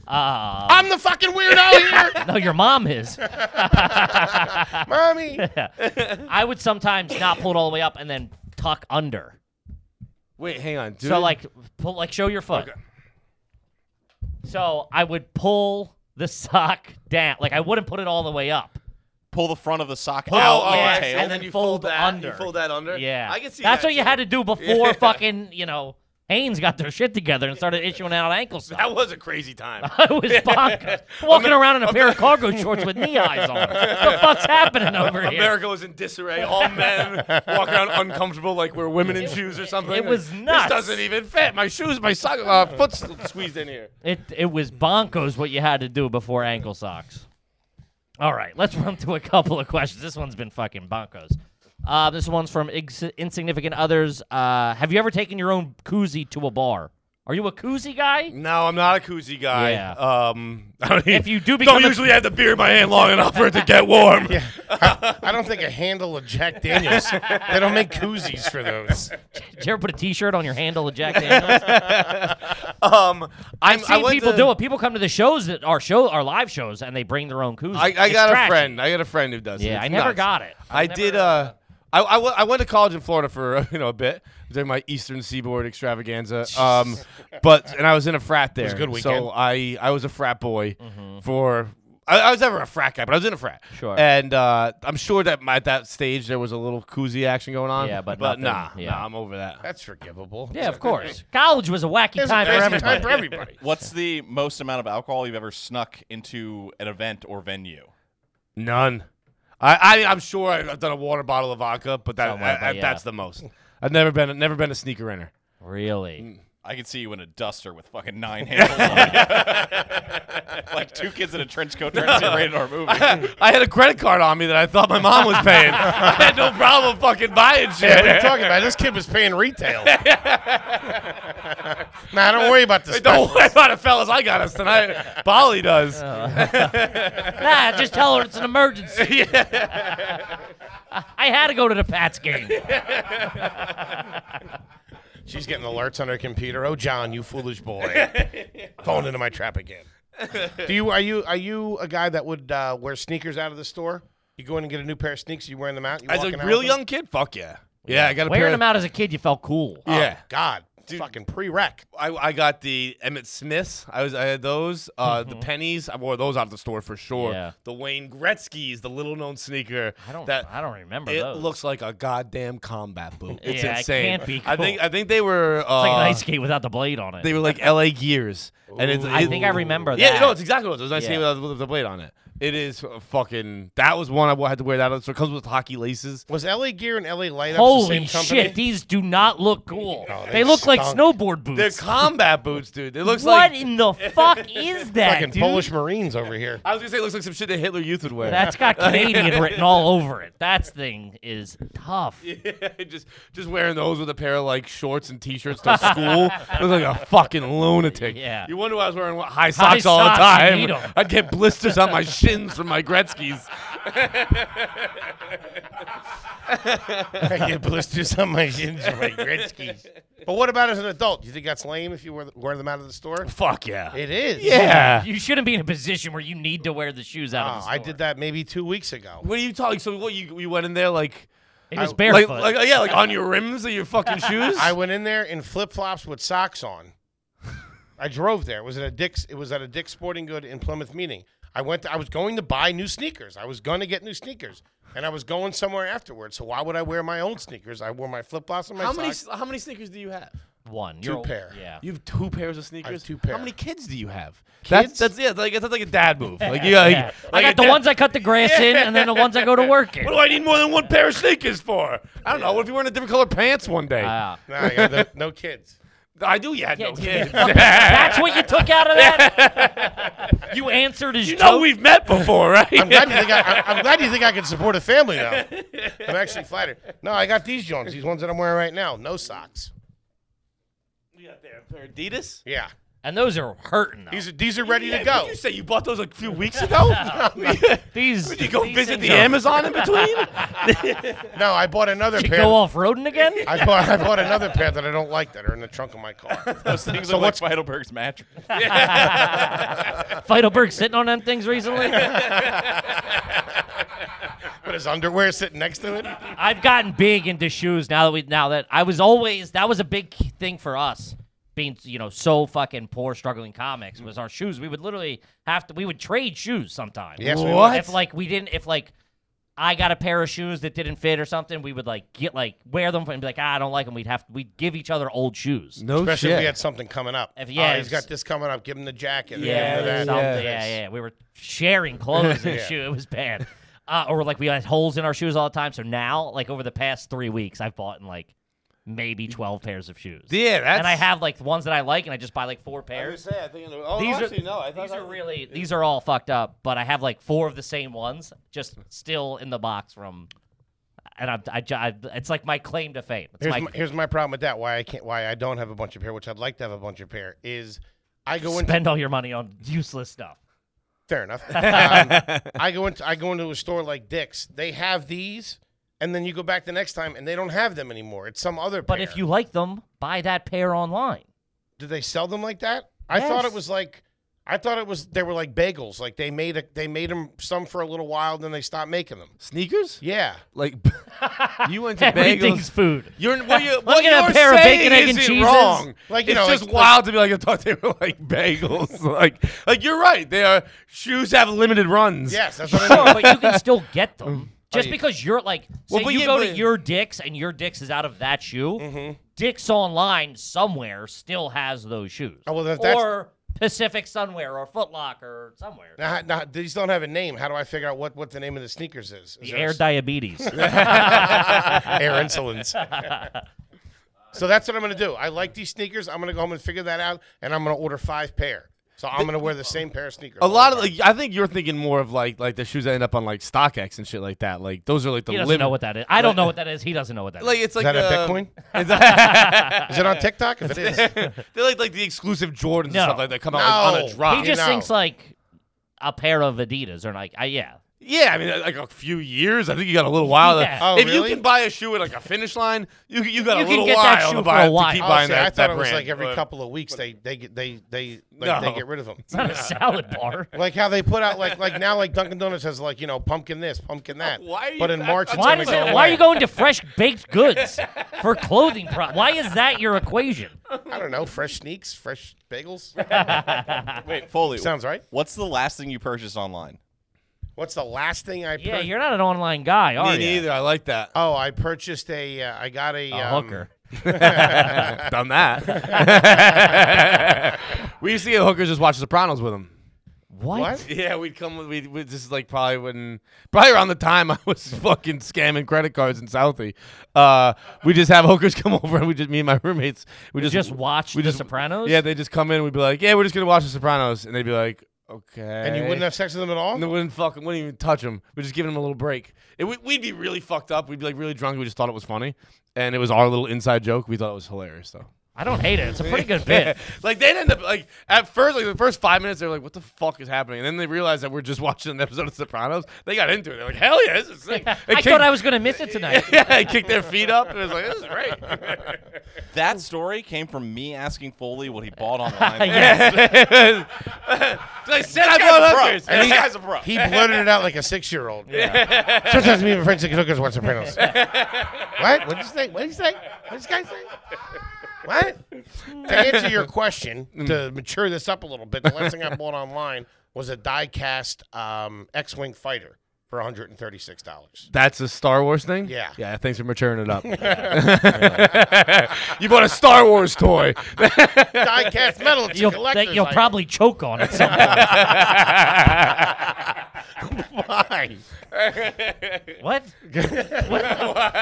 S2: Uh,
S1: I'm the fucking weirdo here,
S2: no, your mom is.
S1: mommy.
S2: I would sometimes not pull it all the way up and then tuck under.
S4: Wait, hang on, dude.
S2: So like pull like show your foot. So I would pull the sock down. Like I wouldn't put it all the way up.
S5: Pull the front of the sock
S4: Oh,
S5: out
S4: oh,
S5: like
S4: I
S5: a
S4: see.
S5: tail.
S2: and then fold
S4: that
S2: under.
S4: You fold that under.
S2: Yeah.
S4: I can see.
S2: That's
S4: that
S2: what you
S4: too.
S2: had to do before fucking, you know, Haynes got their shit together and started issuing out ankle
S4: That
S2: socks.
S4: was a crazy time.
S2: I was bonkers. Walking around in a pair of cargo shorts with knee highs on. What the fuck's happening over here?
S4: America was in disarray. All men walk around uncomfortable like we're women in shoes or something.
S2: it was
S4: not.
S2: nuts.
S4: This doesn't even fit. My shoes, my sock, uh, foot's squeezed in here.
S2: It it was bonkers what you had to do before ankle socks. All right, let's run through a couple of questions. This one's been fucking bonkers. Uh, this one's from Ins- Insignificant Others. Uh, have you ever taken your own koozie to a bar? Are you a koozie guy?
S4: No, I'm not a koozie guy.
S2: Yeah.
S4: Um, I don't
S2: If you do become
S4: don't
S2: a-
S4: usually have the beer in my hand long enough for it to get warm.
S1: I don't think a handle of Jack Daniels. they don't make koozies for those.
S2: Did you ever put a T-shirt on your handle of Jack Daniels?
S4: Um, I'm,
S2: I've
S4: I
S2: seen
S4: went
S2: people
S4: to-
S2: do it. People come to the shows that our show, our live shows, and they bring their own koozie.
S4: I, I
S2: It's
S4: got
S2: trashy.
S4: a friend. I got a friend who does it.
S2: Yeah, I
S4: It's
S2: never
S4: nuts.
S2: got it.
S4: I,
S2: never-
S4: did. Uh, I, I, w- I went to college in Florida for uh, you know a bit during my Eastern Seaboard extravaganza. Um, but and I was in a frat there.
S1: a good weekend.
S4: So I I was a frat boy for. I, I was never a frat guy, but I was in a frat.
S2: Mm-hmm. Sure.
S4: And uh, I'm sure that my, at that stage there was a little koozie action going on.
S2: Yeah, but
S4: but
S2: nothing.
S4: nah,
S2: Yeah.
S4: nah, I'm over that.
S1: That's forgivable.
S2: Yeah, of course. College was a wacky
S1: It's a
S2: time for
S1: crazy
S2: everybody.
S1: time for everybody.
S5: What's the most amount of alcohol you've ever snuck into an event or venue?
S4: None. I, I I'm sure I- I've done a water bottle of vodka, but that
S2: Somewhere,
S4: I-
S2: but
S4: I-
S2: yeah.
S4: that's the most. I've never been never been a sneaker inner.
S2: Really?
S5: I could see you in a duster with fucking nine handles on it. like two kids in a trench coat trying to see a rated R movie.
S4: I had a credit card on me that I thought my mom was paying. I had no problem fucking buying
S1: Yeah, what are you
S4: shit.
S1: talking about? This kid was paying retail. nah, don't worry about this.
S4: Don't worry about it, fellas. I got us tonight. Bolly does.
S2: nah, just tell her it's an emergency. I had to go to the Pats game.
S1: She's getting alerts on her computer. Oh, John, you foolish boy, falling into my trap again. Do you are you are you a guy that would uh, wear sneakers out of the store? You go in and get a new pair of sneakers. You wearing them out? You
S4: As a
S1: walking out
S4: real
S1: with
S4: young kid, fuck yeah. Yeah, I got a pair
S2: Wearing
S4: of-
S2: them out as a kid, you felt cool.
S1: Them?
S4: Yeah,
S1: Oh, God, fucking pre-rec.
S4: I, I got the Emmett Smiths. I was I had those. Uh, the pennies. I wore those out of the store for sure.
S2: Mm-hmm. Yeah.
S4: The Wayne Gretzky's, the little known sneaker.
S2: I don't.
S4: That
S2: I don't remember
S4: it
S2: those.
S4: looks like a goddamn combat boot. It's
S2: Yeah, it
S4: insane.
S2: can't be
S4: I think
S2: cool.
S4: I think they were. Uh,
S2: it's like an ice skate without the blade on it.
S4: They were like LA gears, and it's.
S2: I
S4: it-
S2: think I remember that.
S4: Yeah, no, it's exactly what it was. It was nice
S2: Yeah.
S4: yeah. with, with the blade on it. It is uh, fucking. That was one I had to wear that. So it comes with hockey laces.
S1: Was LA Gear and LA Light
S2: Holy
S1: the same company?
S2: shit! These do not look cool.
S1: No,
S2: they,
S1: they
S2: look like
S1: stunk.
S2: snowboard boots.
S4: They're combat boots, dude. It looks
S2: what
S4: like.
S2: in the fuck is that?
S1: Fucking
S2: dude?
S1: Polish Marines over here.
S4: I was gonna say it looks like some shit that Hitler Youth would wear.
S2: That's got Canadian written all over it. That thing is tough.
S4: just just wearing those with a pair of like shorts and t-shirts to school. I was like a fucking lunatic.
S2: Yeah.
S4: You wonder why I was wearing what- high socks all
S2: socks,
S4: the
S2: you
S4: time.
S2: need 'em.
S4: I'd get blisters on my shins from my Gretzky's.
S1: I get blisters on my shins from my Gretzky's. But what about as an adult? Do you think that's lame if you wear, wear them out of the store?
S4: Fuck yeah.
S1: It is.
S4: yeah.
S2: You shouldn't be in a position where you need to wear the shoes out of
S1: Oh,
S2: the store.
S1: I did that maybe two weeks ago.
S4: What are you talking? So what you you went in there like
S2: It was
S4: like,
S2: barefoot.
S4: like yeah like on your rims of your fucking shoes?
S1: I went in there in flip flops with socks on. I drove there. It was at a Dick's. It was at a Dick's Sporting Good in Plymouth meeting. I went. To, I was going to buy new sneakers. I was going to get new sneakers, and I was going somewhere afterwards. So why would I wear my own sneakers? I wore my flip flops and my
S4: how many
S1: socks.
S4: how many sneakers do you have?
S2: One.
S1: Two
S2: You're old-
S1: pair.
S2: Yeah.
S4: You have two pairs of sneakers.
S1: two
S4: How
S1: pair.
S4: many kids do you have? That's that's yeah. it's Like that's like a dad move. Like you got-
S2: Yeah.
S4: like
S2: I
S4: a
S2: got the
S4: dad-
S2: ones I cut the grass in, and then the ones I go to work in.
S4: What do I need more than one pair of sneakers for? I don't know. What if you're wearing a different color pants one day?
S2: Wow.
S1: Nah, I got no, no kids.
S4: I knew you had no
S2: Yeah,
S4: kids.
S2: That's what you took out of that. you answered his
S4: you
S2: joke.
S4: know we've met before, right?
S1: I'm glad you think I, I- I'm glad you think I can support a family now. I'm actually flattered. No, I got these Jones, these ones that I'm wearing right now. No socks.
S4: You got there, a pair of Adidas.
S1: Yeah,
S2: and those are hurting. Though.
S1: these are, these are ready
S4: Yeah,
S1: to
S4: what'd
S1: go.
S4: You say you bought those a few weeks ago? Did
S2: These.
S4: you go
S2: these
S4: visit
S2: things
S4: the
S2: are-
S4: Amazon in between?
S1: No, I bought another
S2: You
S1: pair.
S2: go off roading again?
S1: I bought I bought another pair that I don't like that are in the trunk of my car.
S5: Those things
S1: So
S5: are like
S1: what's-
S5: Heidelberg's mattress.
S2: Feidelberg sitting on them things recently.
S1: But his underwear sitting next to it.
S2: I've gotten big into shoes now that we now that I was always that was a big key thing for us being you know so fucking poor struggling comics was our shoes we would literally have to we would trade shoes sometimes
S1: Yes, we
S4: What?
S1: would.
S2: if like we didn't if like I got a pair of shoes that didn't fit or something we would like get like wear them and be like ah, I don't like them we'd have we'd give each other old shoes
S4: No
S1: Especially if we had something coming up.
S2: If- yeah,
S1: Oh, he's got
S2: it's-
S1: this coming up. Give him the jacket.
S2: yeah,
S1: give him
S2: something.
S1: the
S2: yeah,
S1: that.
S2: yeah, We were sharing clothes and
S1: Yeah.
S2: shoes. It was bad. Uh, or like we had holes in our shoes all the time. So now, like over the past three weeks, I've bought in like maybe twelve pairs of shoes.
S4: Yeah, that's.
S2: and I have like ones that I like, and I just buy like four
S4: I
S2: pairs.
S4: was gonna say, I think. Oh,
S2: These are-
S4: actually, no. I thought
S2: These
S4: I-
S2: are really these are all fucked up, but I have like four of the same ones just still in the box from, and I'm, I, I it's like my claim to fame. It's
S1: Here's
S2: my,
S1: my, here's my problem with that. Why I can't. Why I don't have a bunch of pair, which I'd like to have a bunch of pair, is I go into
S2: spend all your money on useless stuff.
S1: Fair enough. Um, I go into I go into a store like Dick's. They have these, and then you go back the next time, and they don't have them anymore. It's some other.
S2: But
S1: pair.
S2: if you like them, buy that pair online.
S1: do, they sell them like that. I thought it
S2: Yes.
S1: was like, I thought it was they were like bagels. Like they made a they made them some for a little while, then they stopped making them.
S4: sneakers.
S1: Yeah,
S4: Like you went to
S2: Everything's
S4: bagels.
S2: food.
S4: You're what you
S2: Look
S4: what
S2: at a
S4: you're
S2: pair of
S4: saying
S2: bacon, egg, and
S4: isn't
S2: cheeses.
S4: wrong.
S1: Like, you
S4: it's
S1: know,
S4: just
S1: like-
S4: wild to be like I thought they were like bagels. like like you're right. They are shoes have limited runs.
S1: yes, that's what I mean.
S2: Sure, but you can still get them. Just because you're like, say
S4: Oh, Well, but
S2: you
S4: yeah,
S2: go to
S4: but- Mm-hmm.
S2: your Dick's and your Dick's is out of that shoe, Dick's online somewhere still has those shoes.
S1: Oh, well, that- that's-
S2: or Pacific Sunwear or Foot Locker or somewhere.
S1: Now, now, these don't have a name. How do I figure out what, what the name of the sneakers is? is
S2: the
S1: there a
S2: air
S1: s-
S2: diabetes.
S1: air insulins. so that's what I'm gonna do. I like these sneakers. I'm gonna go home and figure that out, and I'm gonna order five pair. So I'm gonna wear the same pair of sneakers.
S4: A
S1: all
S4: lot
S1: the
S4: of
S1: time.
S4: like, I think you're thinking more of like like the shoes that end up on like StockX and shit like that. Like those are like the
S2: he doesn't
S4: lim-
S2: know what that is. I don't know what that is. He doesn't know what that is.
S4: like it's
S1: is
S4: like uh,
S1: that
S4: the,
S1: a Bitcoin? Is it on TikTok? If it is,
S4: They're like like the exclusive Jordans
S2: No.
S4: and stuff like that come out
S1: No.
S4: like, on a drop.
S2: he just
S1: know.
S2: thinks like a pair of Adidas or like, I, yeah.
S4: yeah, I mean like a few years. I think you got a little while.
S2: Yeah.
S1: Oh,
S4: if
S1: really?
S4: you can buy a shoe at like a finish line, you you got
S2: You
S4: a
S2: can
S4: little
S2: get
S4: while
S2: that shoe
S4: to
S2: for
S4: buy
S2: a while.
S4: to keep
S1: Oh,
S4: buying
S1: see,
S4: that,
S1: I thought
S4: that
S1: it was
S4: brand.
S1: like every
S4: but-
S1: couple of weeks they they get they they like,
S4: No.
S1: they get rid of them.
S2: It's not a salad bar.
S1: Like how they put out like like now like Dunkin' Donuts has like you know pumpkin this pumpkin that.
S4: Why are you
S1: but in
S4: back
S1: March,
S4: on
S1: it's
S2: Why,
S1: gonna
S2: does
S1: go
S2: it, why are
S1: away.
S2: you going to fresh baked goods for clothing? Pro- why is that your equation?
S1: I don't know. Fresh sneaks, fresh bagels.
S5: Wait, Foley.
S1: Sounds right.
S5: What's the last thing you purchased online?
S1: What's the last thing I?
S2: Yeah,
S1: pur-
S2: you're not an online guy, are
S4: Me
S2: you?
S4: neither. I like that.
S1: Oh, I purchased a. Uh, I got a,
S2: A
S1: um,
S2: hooker.
S4: Done that. we used to get hookers just watch Sopranos with them.
S2: What?
S1: What?
S4: Yeah, we'd come with we this is like probably when probably around the time I was fucking scamming credit cards in Southie. Uh, we just have hookers come over and we just me and my roommates we just
S2: just watch
S4: we
S2: The
S4: just-
S2: Sopranos?
S4: Yeah, they just come in. and We'd be like, yeah, we're just gonna watch The Sopranos, and they'd be like, okay.
S1: And you wouldn't have sex with them at all?
S4: And they wouldn't fucking wouldn't even touch them. We're just giving them a little break. It, we, we'd be really fucked up. We'd be like really drunk. We just thought it was funny, and it was our little inside joke. We thought it was hilarious though.
S2: I don't hate it. It's a pretty good bit.
S4: like they'd end up like at first, like the first five minutes, they're like, "What the fuck is happening?" And then they realize that we're just watching an episode of Sopranos. They got into it. They're like, "Hell yeah, this is sick!" They
S2: I
S4: kicked-
S2: thought I was going to miss it tonight.
S4: yeah, they kicked their feet up and it was like, "This is great."
S5: That story came from me asking Foley what he bought online.
S2: Yes.
S4: I said I
S5: guy's a
S4: bought
S5: pro.
S4: hookers.
S5: And
S1: And
S5: this
S1: he-
S5: guy's a pro.
S1: He blurted it out like a six-year-old. Sometimes me and friends get hookers watch Sopranos. what? What did you say? What did you say? What did this guy say? What? To answer your question,
S4: Mm.
S1: to mature this up a little bit, the last thing I bought online was a die-cast um, X-wing fighter for 136 dollars.
S4: That's a Star Wars thing.
S1: Yeah.
S4: Yeah. Thanks for maturing it up. you bought a Star Wars toy.
S1: Die-cast metal. It's a
S2: You'll,
S1: collector's
S2: that you'll
S1: item.
S2: probably choke on it. some point.
S1: Why?
S2: what? what?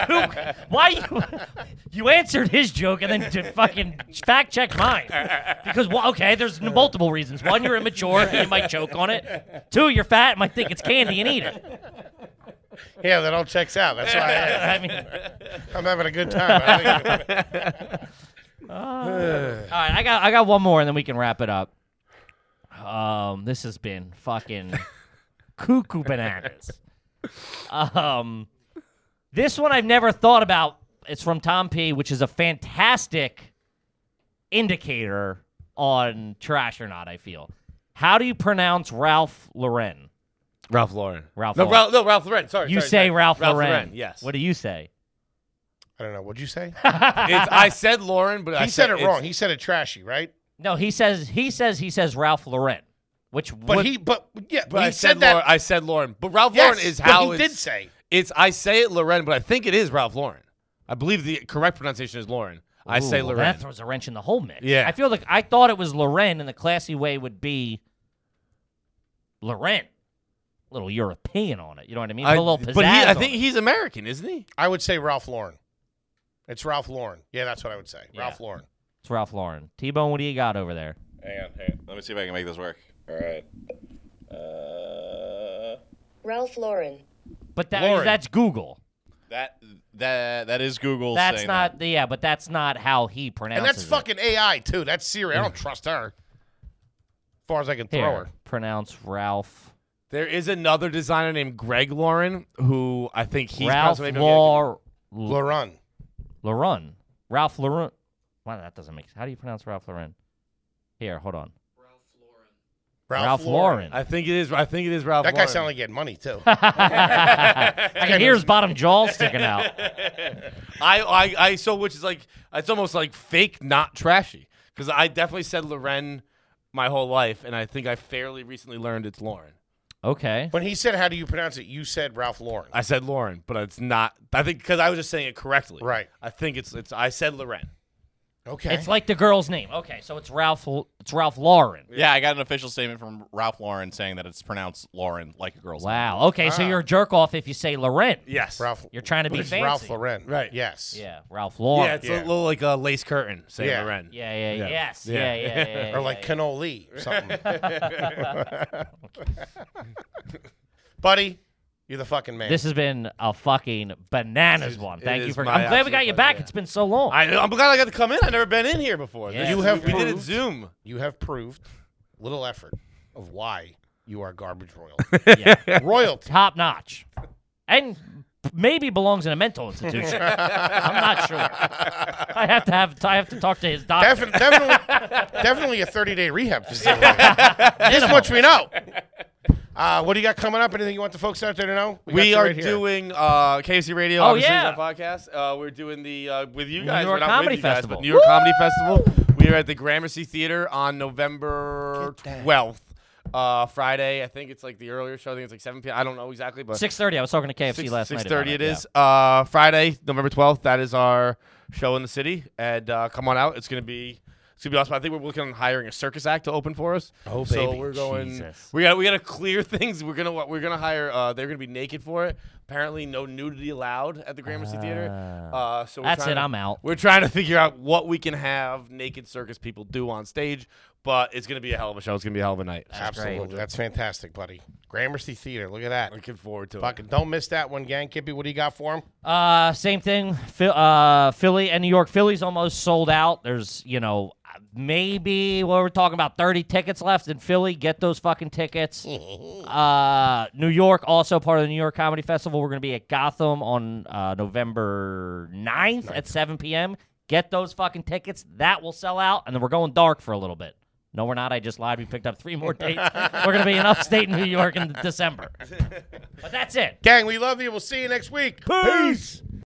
S2: Who, why you? You answered his joke and then did fucking fact check mine. Because, well, okay, there's n- multiple reasons. One, you're immature and you might choke on it. Two, you're fat and might think it's candy and eat it.
S1: Yeah, that all checks out. That's why I,
S2: I mean, all
S1: am having a good time. I think-
S2: right, I got, I got one more and then we can wrap it up. Um, this has been fucking cuckoo bananas. Um, this one I've never thought about. It's from Tom P, which is a fantastic indicator on trash or not. I feel. How do you pronounce Ralph Lauren?
S4: Ralph Lauren.
S2: Ralph
S4: No,
S2: Lauren.
S4: Ralph, no, Ralph Lauren. Sorry.
S2: You
S4: sorry,
S2: say
S4: sorry.
S2: Ralph, Lauren.
S4: Yes.
S2: What do you say?
S1: I don't know. What'd you say?
S4: It's, I said Lauren, but I
S1: He said it
S4: it's-
S1: wrong. He said it trashy, right?
S2: No, he says he says he says Ralph Lauren, which
S1: But
S2: would,
S1: he, but yeah,
S4: But
S1: he
S4: I
S1: said,
S4: said
S1: that.
S4: Lauren. I said Lauren, but Ralph
S1: yes,
S4: Lauren is
S1: but
S4: how
S1: he
S4: it's,
S1: did say.
S4: It's I say it Lauren, but I think it is Ralph Lauren. I believe the correct pronunciation is Lauren. I say
S2: Ooh,
S4: Lauren.
S2: That throws a wrench in the whole mix.
S4: Yeah.
S2: I feel like I thought it was Loren, and the classy way would be Loren. A little European on it. You know what I mean? Put
S4: I-
S2: a little pizzazz.
S4: but he, I
S2: on
S4: think
S2: it.
S4: he's American, isn't he?
S1: I would say Ralph Lauren. It's Ralph Lauren. Yeah, that's what I would say. Ralph Lauren.
S2: it's Ralph Lauren. T Bone, what do you got over there?
S5: Hang on, hang on. Let me see if I can make this work. All right. Uh,
S6: Ralph Lauren.
S2: But that,
S1: Lauren.
S2: that's Google.
S5: that that that is Google.
S2: That's
S5: saying
S2: not the yeah, but that's not how he pronounces
S1: And that's
S2: it.
S1: fucking AI too. That's Siri. I don't trust her. As far as I can throw
S2: Here,
S1: her.
S2: Pronounce Ralph.
S4: There is another designer named Greg Lauren who I think he's
S2: Ralph
S4: maybe I'm getting-
S2: Laur
S1: Lauren.
S2: Lauren. Ralph Lauren. Wow, that doesn't make sense. How do you pronounce Ralph Lauren? Here, hold on.
S1: Ralph,
S2: Ralph, Lauren.
S4: I think it is. I think it is Ralph.
S1: That guy
S4: Lauren.
S1: sounded like he had money too.
S2: I can hear his bottom jaw sticking out.
S4: I, I I so which is like it's almost like fake, not trashy, because I definitely said Lauren my whole life, and I think I fairly recently learned it's Lauren.
S2: Okay.
S1: when he said, "How do you pronounce it?" You said Ralph Lauren.
S4: I said Lauren, but it's not. I think because I was just saying it correctly.
S1: Right.
S4: I think it's it's. I said Lauren.
S1: okay.
S2: It's like the girl's name. Okay, so it's Ralph. It's Ralph Lauren.
S5: That. Yeah, I got an official statement from Ralph Lauren saying that it's pronounced Lauren like a girl's name.
S2: Wow. Okay,
S4: Ah.
S2: so you're a jerk off if you say Lauren.
S4: Yes.
S1: Ralph.
S2: You're trying to be
S1: it's
S2: fancy.
S1: Ralph Lauren.
S4: Right.
S1: Yes.
S2: Yeah, Ralph
S4: Yeah,
S2: Lauren.
S4: it's
S1: Yeah.
S4: a little like a lace curtain. Say
S1: Yeah.
S4: Lauren.
S2: Yeah, yeah,
S4: Yeah.
S2: yes, yeah,
S4: Yeah.
S2: yeah, yeah. yeah,
S1: Or like
S2: yeah.
S1: cannoli or something. Buddy, you're the fucking man.
S2: This has been a fucking bananas one.
S4: it
S2: Thank you
S4: is
S2: for.
S4: my
S2: I'm glad we got
S4: absolute
S2: you
S4: pleasure,
S2: back.
S4: yeah.
S2: It's been so long.
S4: I, I'm glad I got to come in. I've never been in here before.
S2: Yeah.
S4: This-
S1: You have
S4: we did it
S1: proved-
S4: Zoom.
S1: you have proved little effort of why you are garbage royal.
S2: Yeah.
S1: Royalty.
S2: Top notch, and maybe belongs in a mental institution. I'm not sure. I have to have. I have to talk to his doctor.
S1: Defin- definitely, definitely a 30 day rehab facility. this much we know. Uh, what do you got coming up? Anything you want the folks out there to know? got
S4: We
S1: you
S4: are
S1: right here.
S4: doing uh, KFC Radio.
S2: Oh,
S4: obviously,
S2: yeah.
S4: is our podcast. Uh, we're doing the uh, with you
S2: New
S4: guys.
S2: York
S4: we're not with
S2: Comedy
S4: you guys,
S2: Festival.
S4: but New York Comedy Festival. We are at the Gramercy Theater on November 12th, uh, Friday. I think it's like the earlier show. I think it's like 7 p.m. I don't know exactly, but
S2: Six thirty. I was talking to KFC last night.
S4: six
S2: about
S4: thirty it
S2: yeah.
S4: is. Uh, Friday, November twelfth. That is our show in the city, and uh, come on out. It's gonna be it's gonna be awesome. I think we're looking on hiring a circus act to open for us. Oh so
S2: baby.
S4: we're going.
S2: Jesus.
S4: We got we got to clear things. We're gonna we're gonna hire. Uh, they're gonna be naked for it. Apparently, no nudity allowed at the Gramercy Theater. Uh, so we're
S2: Ah. That's
S4: trying
S2: it,
S4: to-
S2: I'm out.
S4: We're trying to figure out what we can have naked circus people do on stage. But it's gonna be a hell of a show. It's gonna be a hell of a night.
S1: Absolutely. That's fantastic, buddy. Gramercy Theater. Look at that.
S4: Looking forward to it.
S1: Fucking don't miss that one, gang. Kippy, what do you got for him?
S2: Uh, same thing. Phil, uh, Philly and New York. Philly's almost sold out. There's, you know, maybe well, we're talking about 30 tickets left in Philly. Get those fucking tickets. uh, New York, also part of the New York Comedy Festival. We're going to be at Gotham on uh, November 9th at 7 p.m. Get those fucking tickets. That will sell out. And then we're going dark for a little bit. No, we're not. I just lied. We picked up three more dates. we're going to be in upstate New York in December. But that's it.
S1: Gang, we love you. We'll see you next week. Peace.